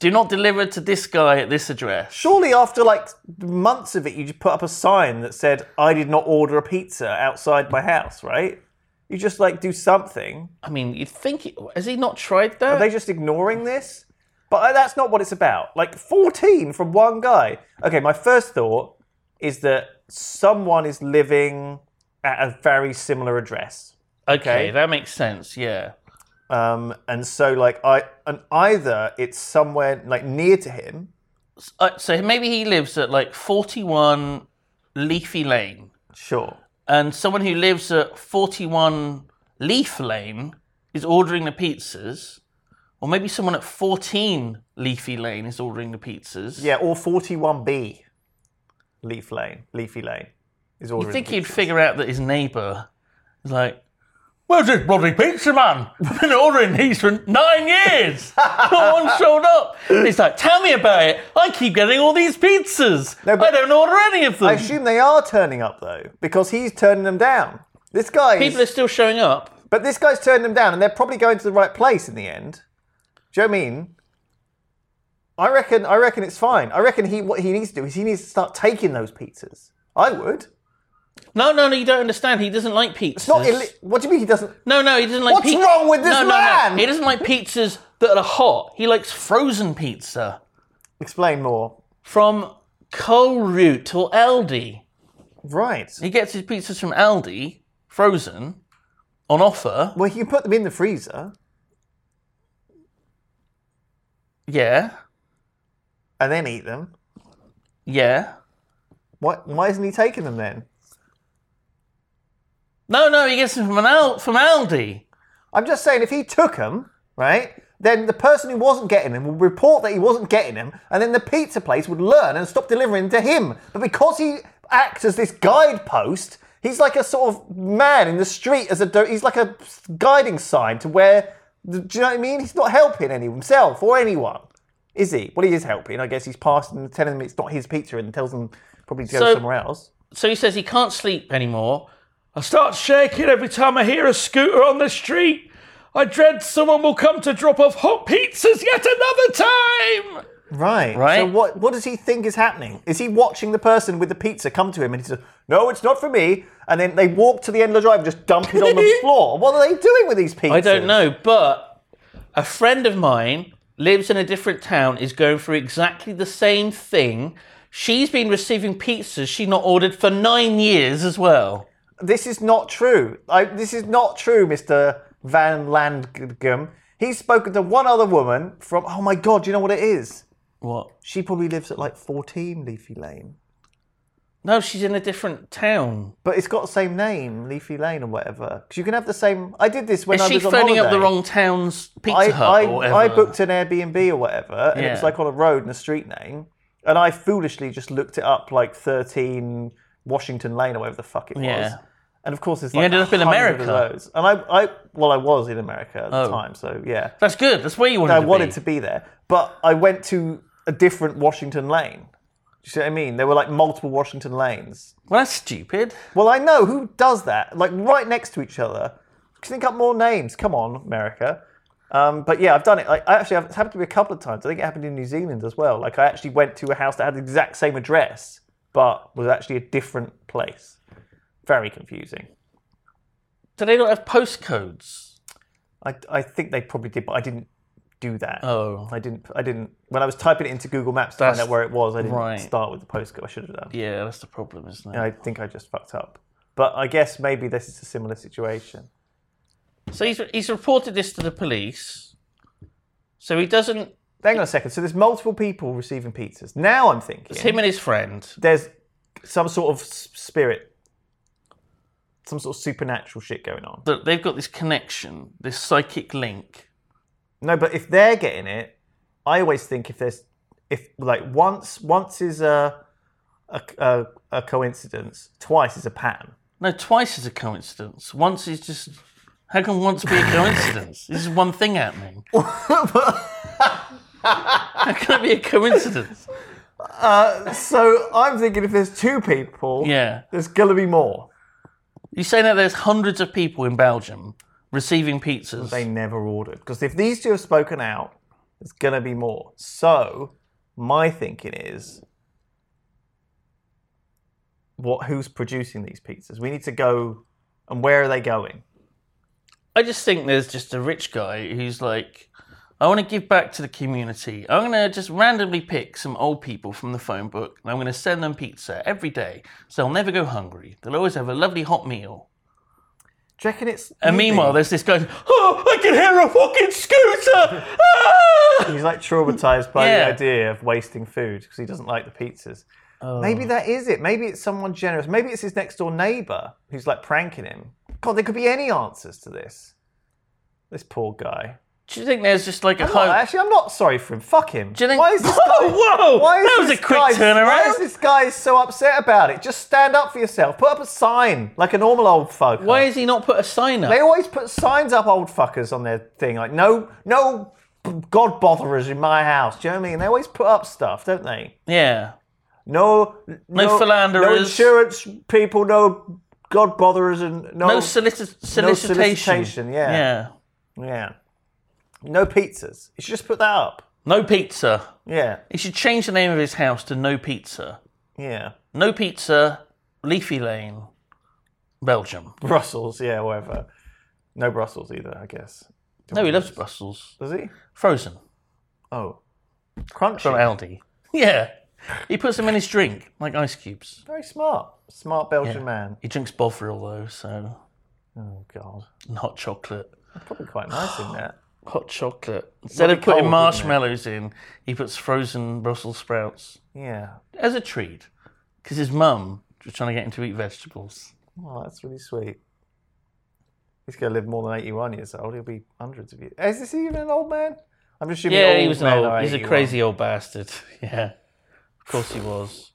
do not deliver to this guy at this address.
Surely, after like months of it, you just put up a sign that said, I did not order a pizza outside my house, right? You just like do something.
I mean, you'd think, he, has he not tried
Are
that?
they just ignoring this? But uh, that's not what it's about. Like 14 from one guy. Okay, my first thought is that someone is living at a very similar address.
okay, that makes sense, yeah.
Um, and so like I and either it's somewhere like near to him.
Uh, so maybe he lives at like 41 Leafy Lane.
Sure.
and someone who lives at 41 Leaf Lane is ordering the pizzas, or maybe someone at 14 Leafy Lane is ordering the pizzas.
Yeah, or 41B. Leaf Lane. Leafy Lane. Is
You
ordering
think he'd
pizzas.
figure out that his neighbour is like, Where's this bloody pizza man? I've been ordering these for nine years. No one showed up. He's like, Tell me about it. I keep getting all these pizzas.
No,
I
but-
don't order any of them.
I assume they are turning up though, because he's turning them down. This guy is-
People are still showing up.
But this guy's turning them down, and they're probably going to the right place in the end. Do you know what I mean? I reckon. I reckon it's fine. I reckon he what he needs to do is he needs to start taking those pizzas. I would.
No, no, no, you don't understand. He doesn't like pizzas.
It's not. Illi- what do you mean he doesn't?
No, no, he doesn't like
What's wrong with this
no, No,
man?
no. He doesn't like pizzas that are hot. He likes frozen pizza
Explain more.
from Colruyt or Aldi.
Right.
He gets his pizzas from Aldi, frozen, on offer.
Well, you can put them in the freezer,
Yeah,
and then eat them.
yeah.
Why? Why isn't he taking them then?
No, no, he gets them from an Al- from Aldi.
I'm just saying, if he took them, right, then the person who wasn't getting them would report that he wasn't getting them, and then the pizza place would learn and stop delivering to him. But because he acts as this guidepost, he's like a sort of man in the street as a do- he's like a guiding sign to where. Do you know what I mean? He's not helping any himself or anyone, is he? Well, he is helping. I guess he's passing and telling them it's not his pizza and tells them probably to go
So-
somewhere else.
So he says he can't sleep anymore. I start shaking every time I hear a scooter on the street. I dread someone will come to drop off hot pizzas yet another time.
Right.
Right?
So what what does he think is happening? Is he watching the person with the pizza come to him and he says, "No, it's not for me," and then they walk to the end of the drive and just dump it on the floor? What are they doing with these pizzas?
I don't know, but a friend of mine lives in a different town, is going through exactly the same thing. She's been receiving pizzas she not ordered for nine years as well.
This is not true. I, this is not true, Mister Van Landgum. He's spoken to one other woman from. Oh my God! You know what it is?
What?
She probably lives at like 14 Leafy Lane,
No, she's in a different town.
but it's got the same name, Leafy Lane or whatever. Because you can have the same. I did this when
Is
I
she
was on
phoning up the
holiday.
wrong town's pizza
I,
hut or whatever?
I, I booked an Airbnb or whatever, and it was
Yeah.
like on a road and a street name, and I foolishly just looked it up like 13 Washington Lane or whatever the fuck it was.
Yeah.
And of course, there's like
ended up in
100 of
America.
those. and I, I, well, I was in America at the
Oh.
time, so yeah,
That's good. That's where you wanted
I
to
wanted
be.
to be there, but I went to a different Washington Lane. Do you see what I mean? There were like multiple Washington lanes.
Well, that's stupid.
Well, I know who does that. Like right next to each other. Think up more names. Come on, America. Um, but yeah, I've done it. Like, I actually, it's happened to me a couple of times. I think it happened in New Zealand as well. Like I actually went to a house that had the exact same address, but was actually a different place. Very confusing.
Do they not have postcodes?
I, I think they probably did, but I didn't do that.
Oh.
I didn't. I didn't. When I was typing it into Google Maps to
That's-
find out where it was, I didn't
right.
start with the postcode. I should have done.
Yeah, that's the problem, isn't it?
I think I just fucked up. But I guess maybe this is a similar situation.
So he's, he's reported this to the police. So he doesn't.
Hang on a second. So there's multiple people receiving pizzas. Now I'm thinking
It's him and his friend.
there's some sort of s- spirit, some sort of supernatural shit going on.
that they've got this connection, this psychic link.
No, but if they're getting it, I always think if there's if like once once is a a, a, a coincidence, twice is a pattern.
No, twice is a coincidence. Once is just. How can once be a coincidence? this is one thing happening. How can it be a coincidence?
So I'm thinking if there's two people,
Yeah.
there's gonna be more.
You're saying that there's hundreds of people in Belgium receiving pizzas.
They never ordered. Because if these two have spoken out, there's going to be more. So, my thinking is what who's producing these pizzas? We need to go and where are they going?
I just think there's just a rich guy who's like, I want to give back to the community. I'm going to just randomly pick some old people from the phone book and I'm going to send them pizza every day so they'll never go hungry. They'll always have a lovely hot meal.
Do you reckon it's.
And
easy?
meanwhile, there's this guy, oh, I can hear a fucking scooter! Ah!"
He's like traumatized by
Yeah.
the idea of wasting food because he doesn't like the pizzas.
Oh.
Maybe that is it. Maybe it's someone generous. Maybe it's his next door neighbor who's like pranking him. God, there could be any answers to this. This poor guy.
Do you think there's just like a
I'm not-
home?
actually, I'm not sorry for him. Fuck him.
Do you think-
why is this
Whoa,
guy?
whoa!
Why is
That was
this
a quick
guy, Why
turnaround.
is this guy so upset about it? Just stand up for yourself. Put up a sign like a normal old fucker.
Why has he not put a sign up?
They always put signs up, old fuckers, on their thing. Like, no, no God botherers in my house. Do you know what I mean? They always put up stuff, don't they?
yeah.
No, no, No
philanderers.
insurance people, no God botherers, and no,
No, solici- solicitation.
solicitation, yeah.
Yeah.
yeah, no pizzas. You should just put that up.
No pizza.
Yeah,
He should change the name of his house to No Pizza.
yeah.
No Pizza, Leafy Lane, Belgium.
Brussels, yeah, whatever. No Brussels either, I guess.
No, he loves Brussels.
Does he?
Frozen
Oh, crunchy.
from Aldi. Yeah. He puts them in his drink, like ice cubes.
Very smart, smart Belgian
Yeah.
man.
He drinks Bovril, though, so.
Oh God,
And hot chocolate.
probably quite nice in that.
Hot chocolate. Instead of
be
putting
cold, wouldn't it?
marshmallows in, he puts frozen Brussels sprouts
Yeah.
as a treat. Because his mum was trying to get him to eat vegetables.
Oh, that's really sweet. He's going to live more than 81 years old. He'll be hundreds of years. Is this even an old man? I'm just assuming
Yeah,
old
he was an
men
old.
are
He's a
81.
crazy old bastard. Yeah, of course he was.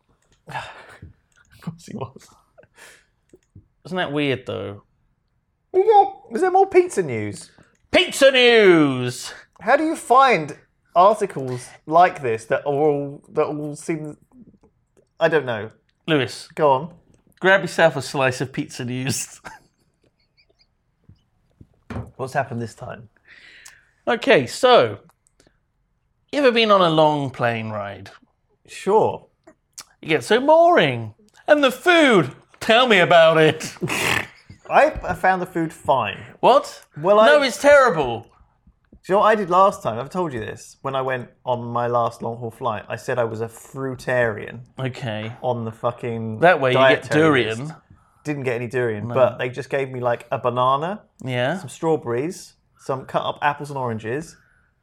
Of course he was.
Isn't that weird though?
Is there- Is there more pizza news?
Pizza news.
How do you find articles like this that are all that all seem? I don't know.
Lewis,
Go on.
grab yourself a slice of pizza news.
What's happened this time?
okay, so you ever been on a long plane ride?
Sure.
You get so boring, and the food. Tell me about it.
I I found the food fine.
What?
Well,
no,
I-
it's terrible.
Do you know what I did last time? I've told you this. When I went on my last long haul flight, I said I was a fruitarian
Okay.
on the fucking
That way you get
dietary
durian.
list. didn't get any durian, but they just gave me like a banana,
Yeah.
some strawberries, some cut up apples and oranges.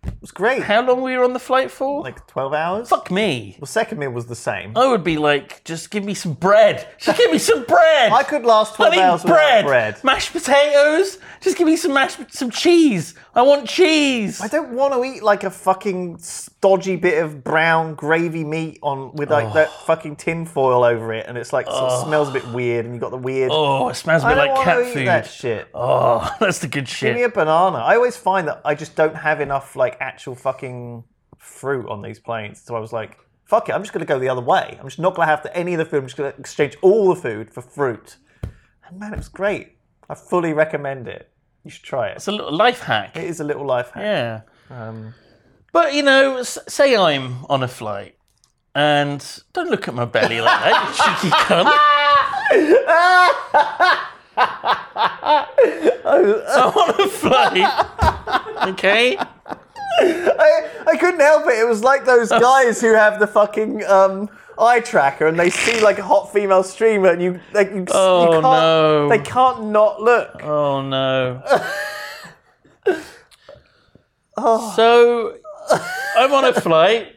It was great.
How long were you on the flight for?
like 12 hours.
Fuck me.
Well, second meal was the same.
I would be like, just give me some bread. Just give me some bread.
I could last
I
12 hours
need
without
bread.
bread.
Mashed potatoes. Just give me some mashed, some cheese. I want cheese.
I don't want to eat like a fucking stodgy bit of brown gravy meat on with like that fucking tin foil over it, and it's like sort of smells a bit weird, and you got the weird.
oh, it smells a
I
bit
don't
like
want
cat
to eat
food.
that shit.
oh, that's the good
Give me a
shit.
banana. I always find that I just don't have enough like actual fucking fruit on these planes. So I was like, fuck it, I'm just gonna go the other way. I'm just not gonna have to any of the food. I'm just gonna exchange all the food for fruit. And man, it was great. I fully recommend it. You should try it.
It's a little life hack.
It is a little life hack.
Yeah. Um, but you know, s- say I'm on a flight, and don't look at my belly like that, you cheeky cunt. so I'm on a flight, okay?
I, I couldn't help it. It was like those guys who have the fucking um, eye tracker and they see like a hot female streamer and you like you,
Oh,
you can't
no.
they can't not look.
Oh no. So I'm on a flight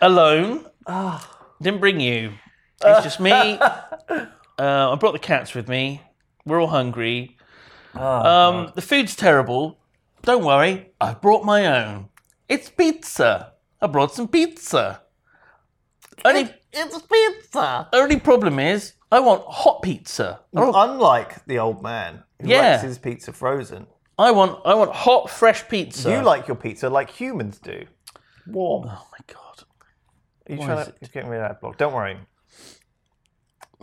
alone. Didn't bring you. It's just me. Uh, I brought the cats with me. We're all hungry. um, the food's terrible. Don't worry, I brought my own. It's pizza. I brought some pizza. Only
It's pizza.
only problem is I want hot pizza. I don't
Unlike the old man who
Oh. Yeah.
likes his pizza frozen,
I want I want hot, fresh pizza.
you like your pizza like humans do. Warm. Are
Oh my god.
you trying
is
to get rid of that block? Don't worry.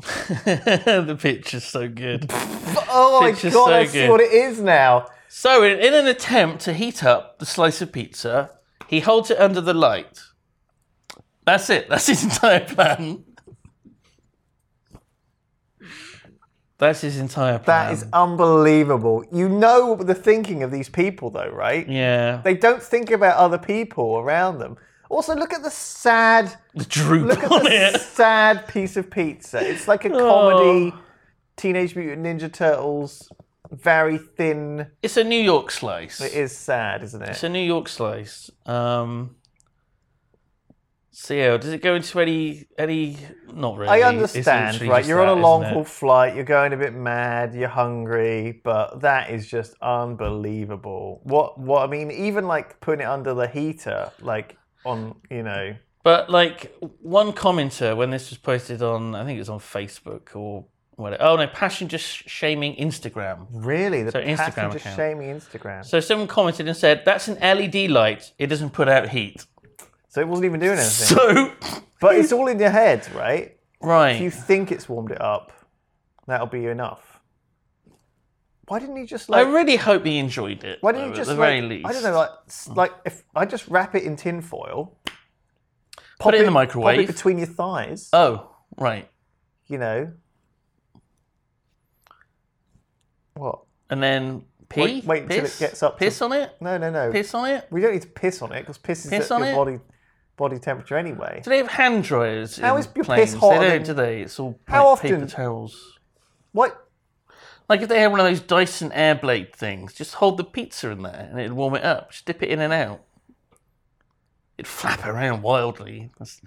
the picture's so good.
Oh my
Picture's
god,
so
I see
good.
what it is now.
So, in, in an attempt to heat up the slice of pizza, he holds it under the light. That's it. That's his entire plan. That's his entire plan.
That is unbelievable. You know the thinking of these people, though, right?
yeah.
They don't think about other people around them. Also, look at the sad,
the droop
look at
on
the
it.
sad piece of pizza. It's like
Oh.
a comedy, Teenage Mutant Ninja Turtles, very thin.
It's a New York slice.
It is sad, isn't
It's
it?
a New York slice. Um, CL, does it go into any any? Not really.
I
It's
understand,
literally
right?
just
You're
that,
on a long
isn't it?
haul flight. You're going a bit mad. You're hungry, but that is just unbelievable. What? What? I mean, even like putting it under the heater, like on, you know.
But like one commenter when this was posted on, I think it was on Facebook or whatever. Oh no, passion just shaming Instagram.
Really, the
So Instagram
passenger
account.
shaming Instagram. So,
So someone commented and said that's an LED light. It doesn't put out heat.
it wasn't even doing anything.
So
but
Hmm.
it's all in your head, right? If you
right,
think it's warmed it up, that'll be enough. Why didn't you just
I
like?
really hope he enjoyed it.
why
though,
didn't you
at
just
the
like?
very least? Hmm.
I don't know, like s- like if I just wrap it in tin foil.
Put it in the
Pop it
microwave.
between your thighs.
oh right,
you know. What?
and then pee.
Wait- wait until it
piss?
gets up to-
Piss on it.
No, no, no.
Piss on it.
We don't need to piss on it because piss is
Piss
at
on
your
it?
body body temperature anyway.
Do they have hand dryers?
How
in
is your piss
planes?
hotter
They don't,
than-
do they? It's all
How
like paper
often-
towels.
What?
Like if they had one of those Dyson Airblade things, just hold the pizza in there and it'd warm it up. Just dip it in and out. It'd flap around wildly. That's-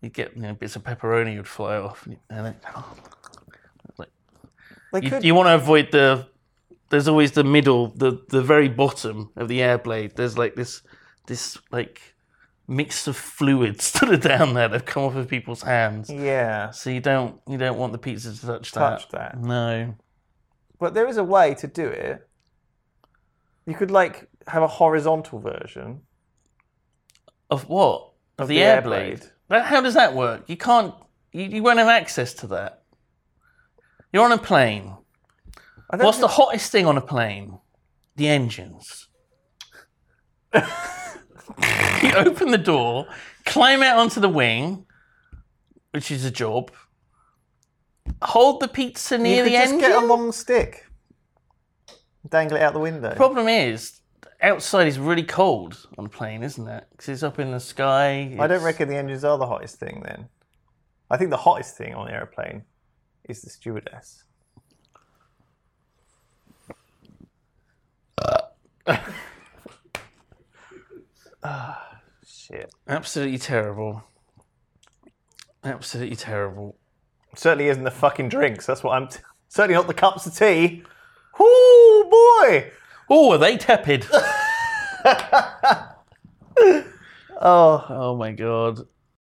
You'd get you know, bits of pepperoni would fly off. And it,
Oh, They
you,
could.
you want to avoid the. There's always the middle, the the very bottom of the airblade. There's like this, this like mix of fluids that are down there. They've come off of people's hands.
yeah.
So you don't you don't want the pizza to touch that.
Mm. Touch that.
No.
But there is a way to do it. You could like have a horizontal version.
Of what? Of, the,
the
air
air
blade.
blade.
That- how does that work? You can't. You, you won't have access to that. You're on a plane.
I don't
What's the
think-
hottest thing on a plane? The engines. you open the door, climb out onto the wing, which is a job. Hold the pizza near
You could
the
just
engine.
get a long stick, dangle it out the window.
Problem is, outside is really cold on a plane, isn't it? Because it's up in the sky.
I don't
it's-
reckon the engines are the hottest thing then. I think the hottest thing on the airplane is the stewardess.
Absolutely terrible. Absolutely terrible.
Certainly isn't the fucking drinks. That's what I'm. T- certainly not the cups of tea. Oh boy!
Oh, are they tepid? oh, oh my god.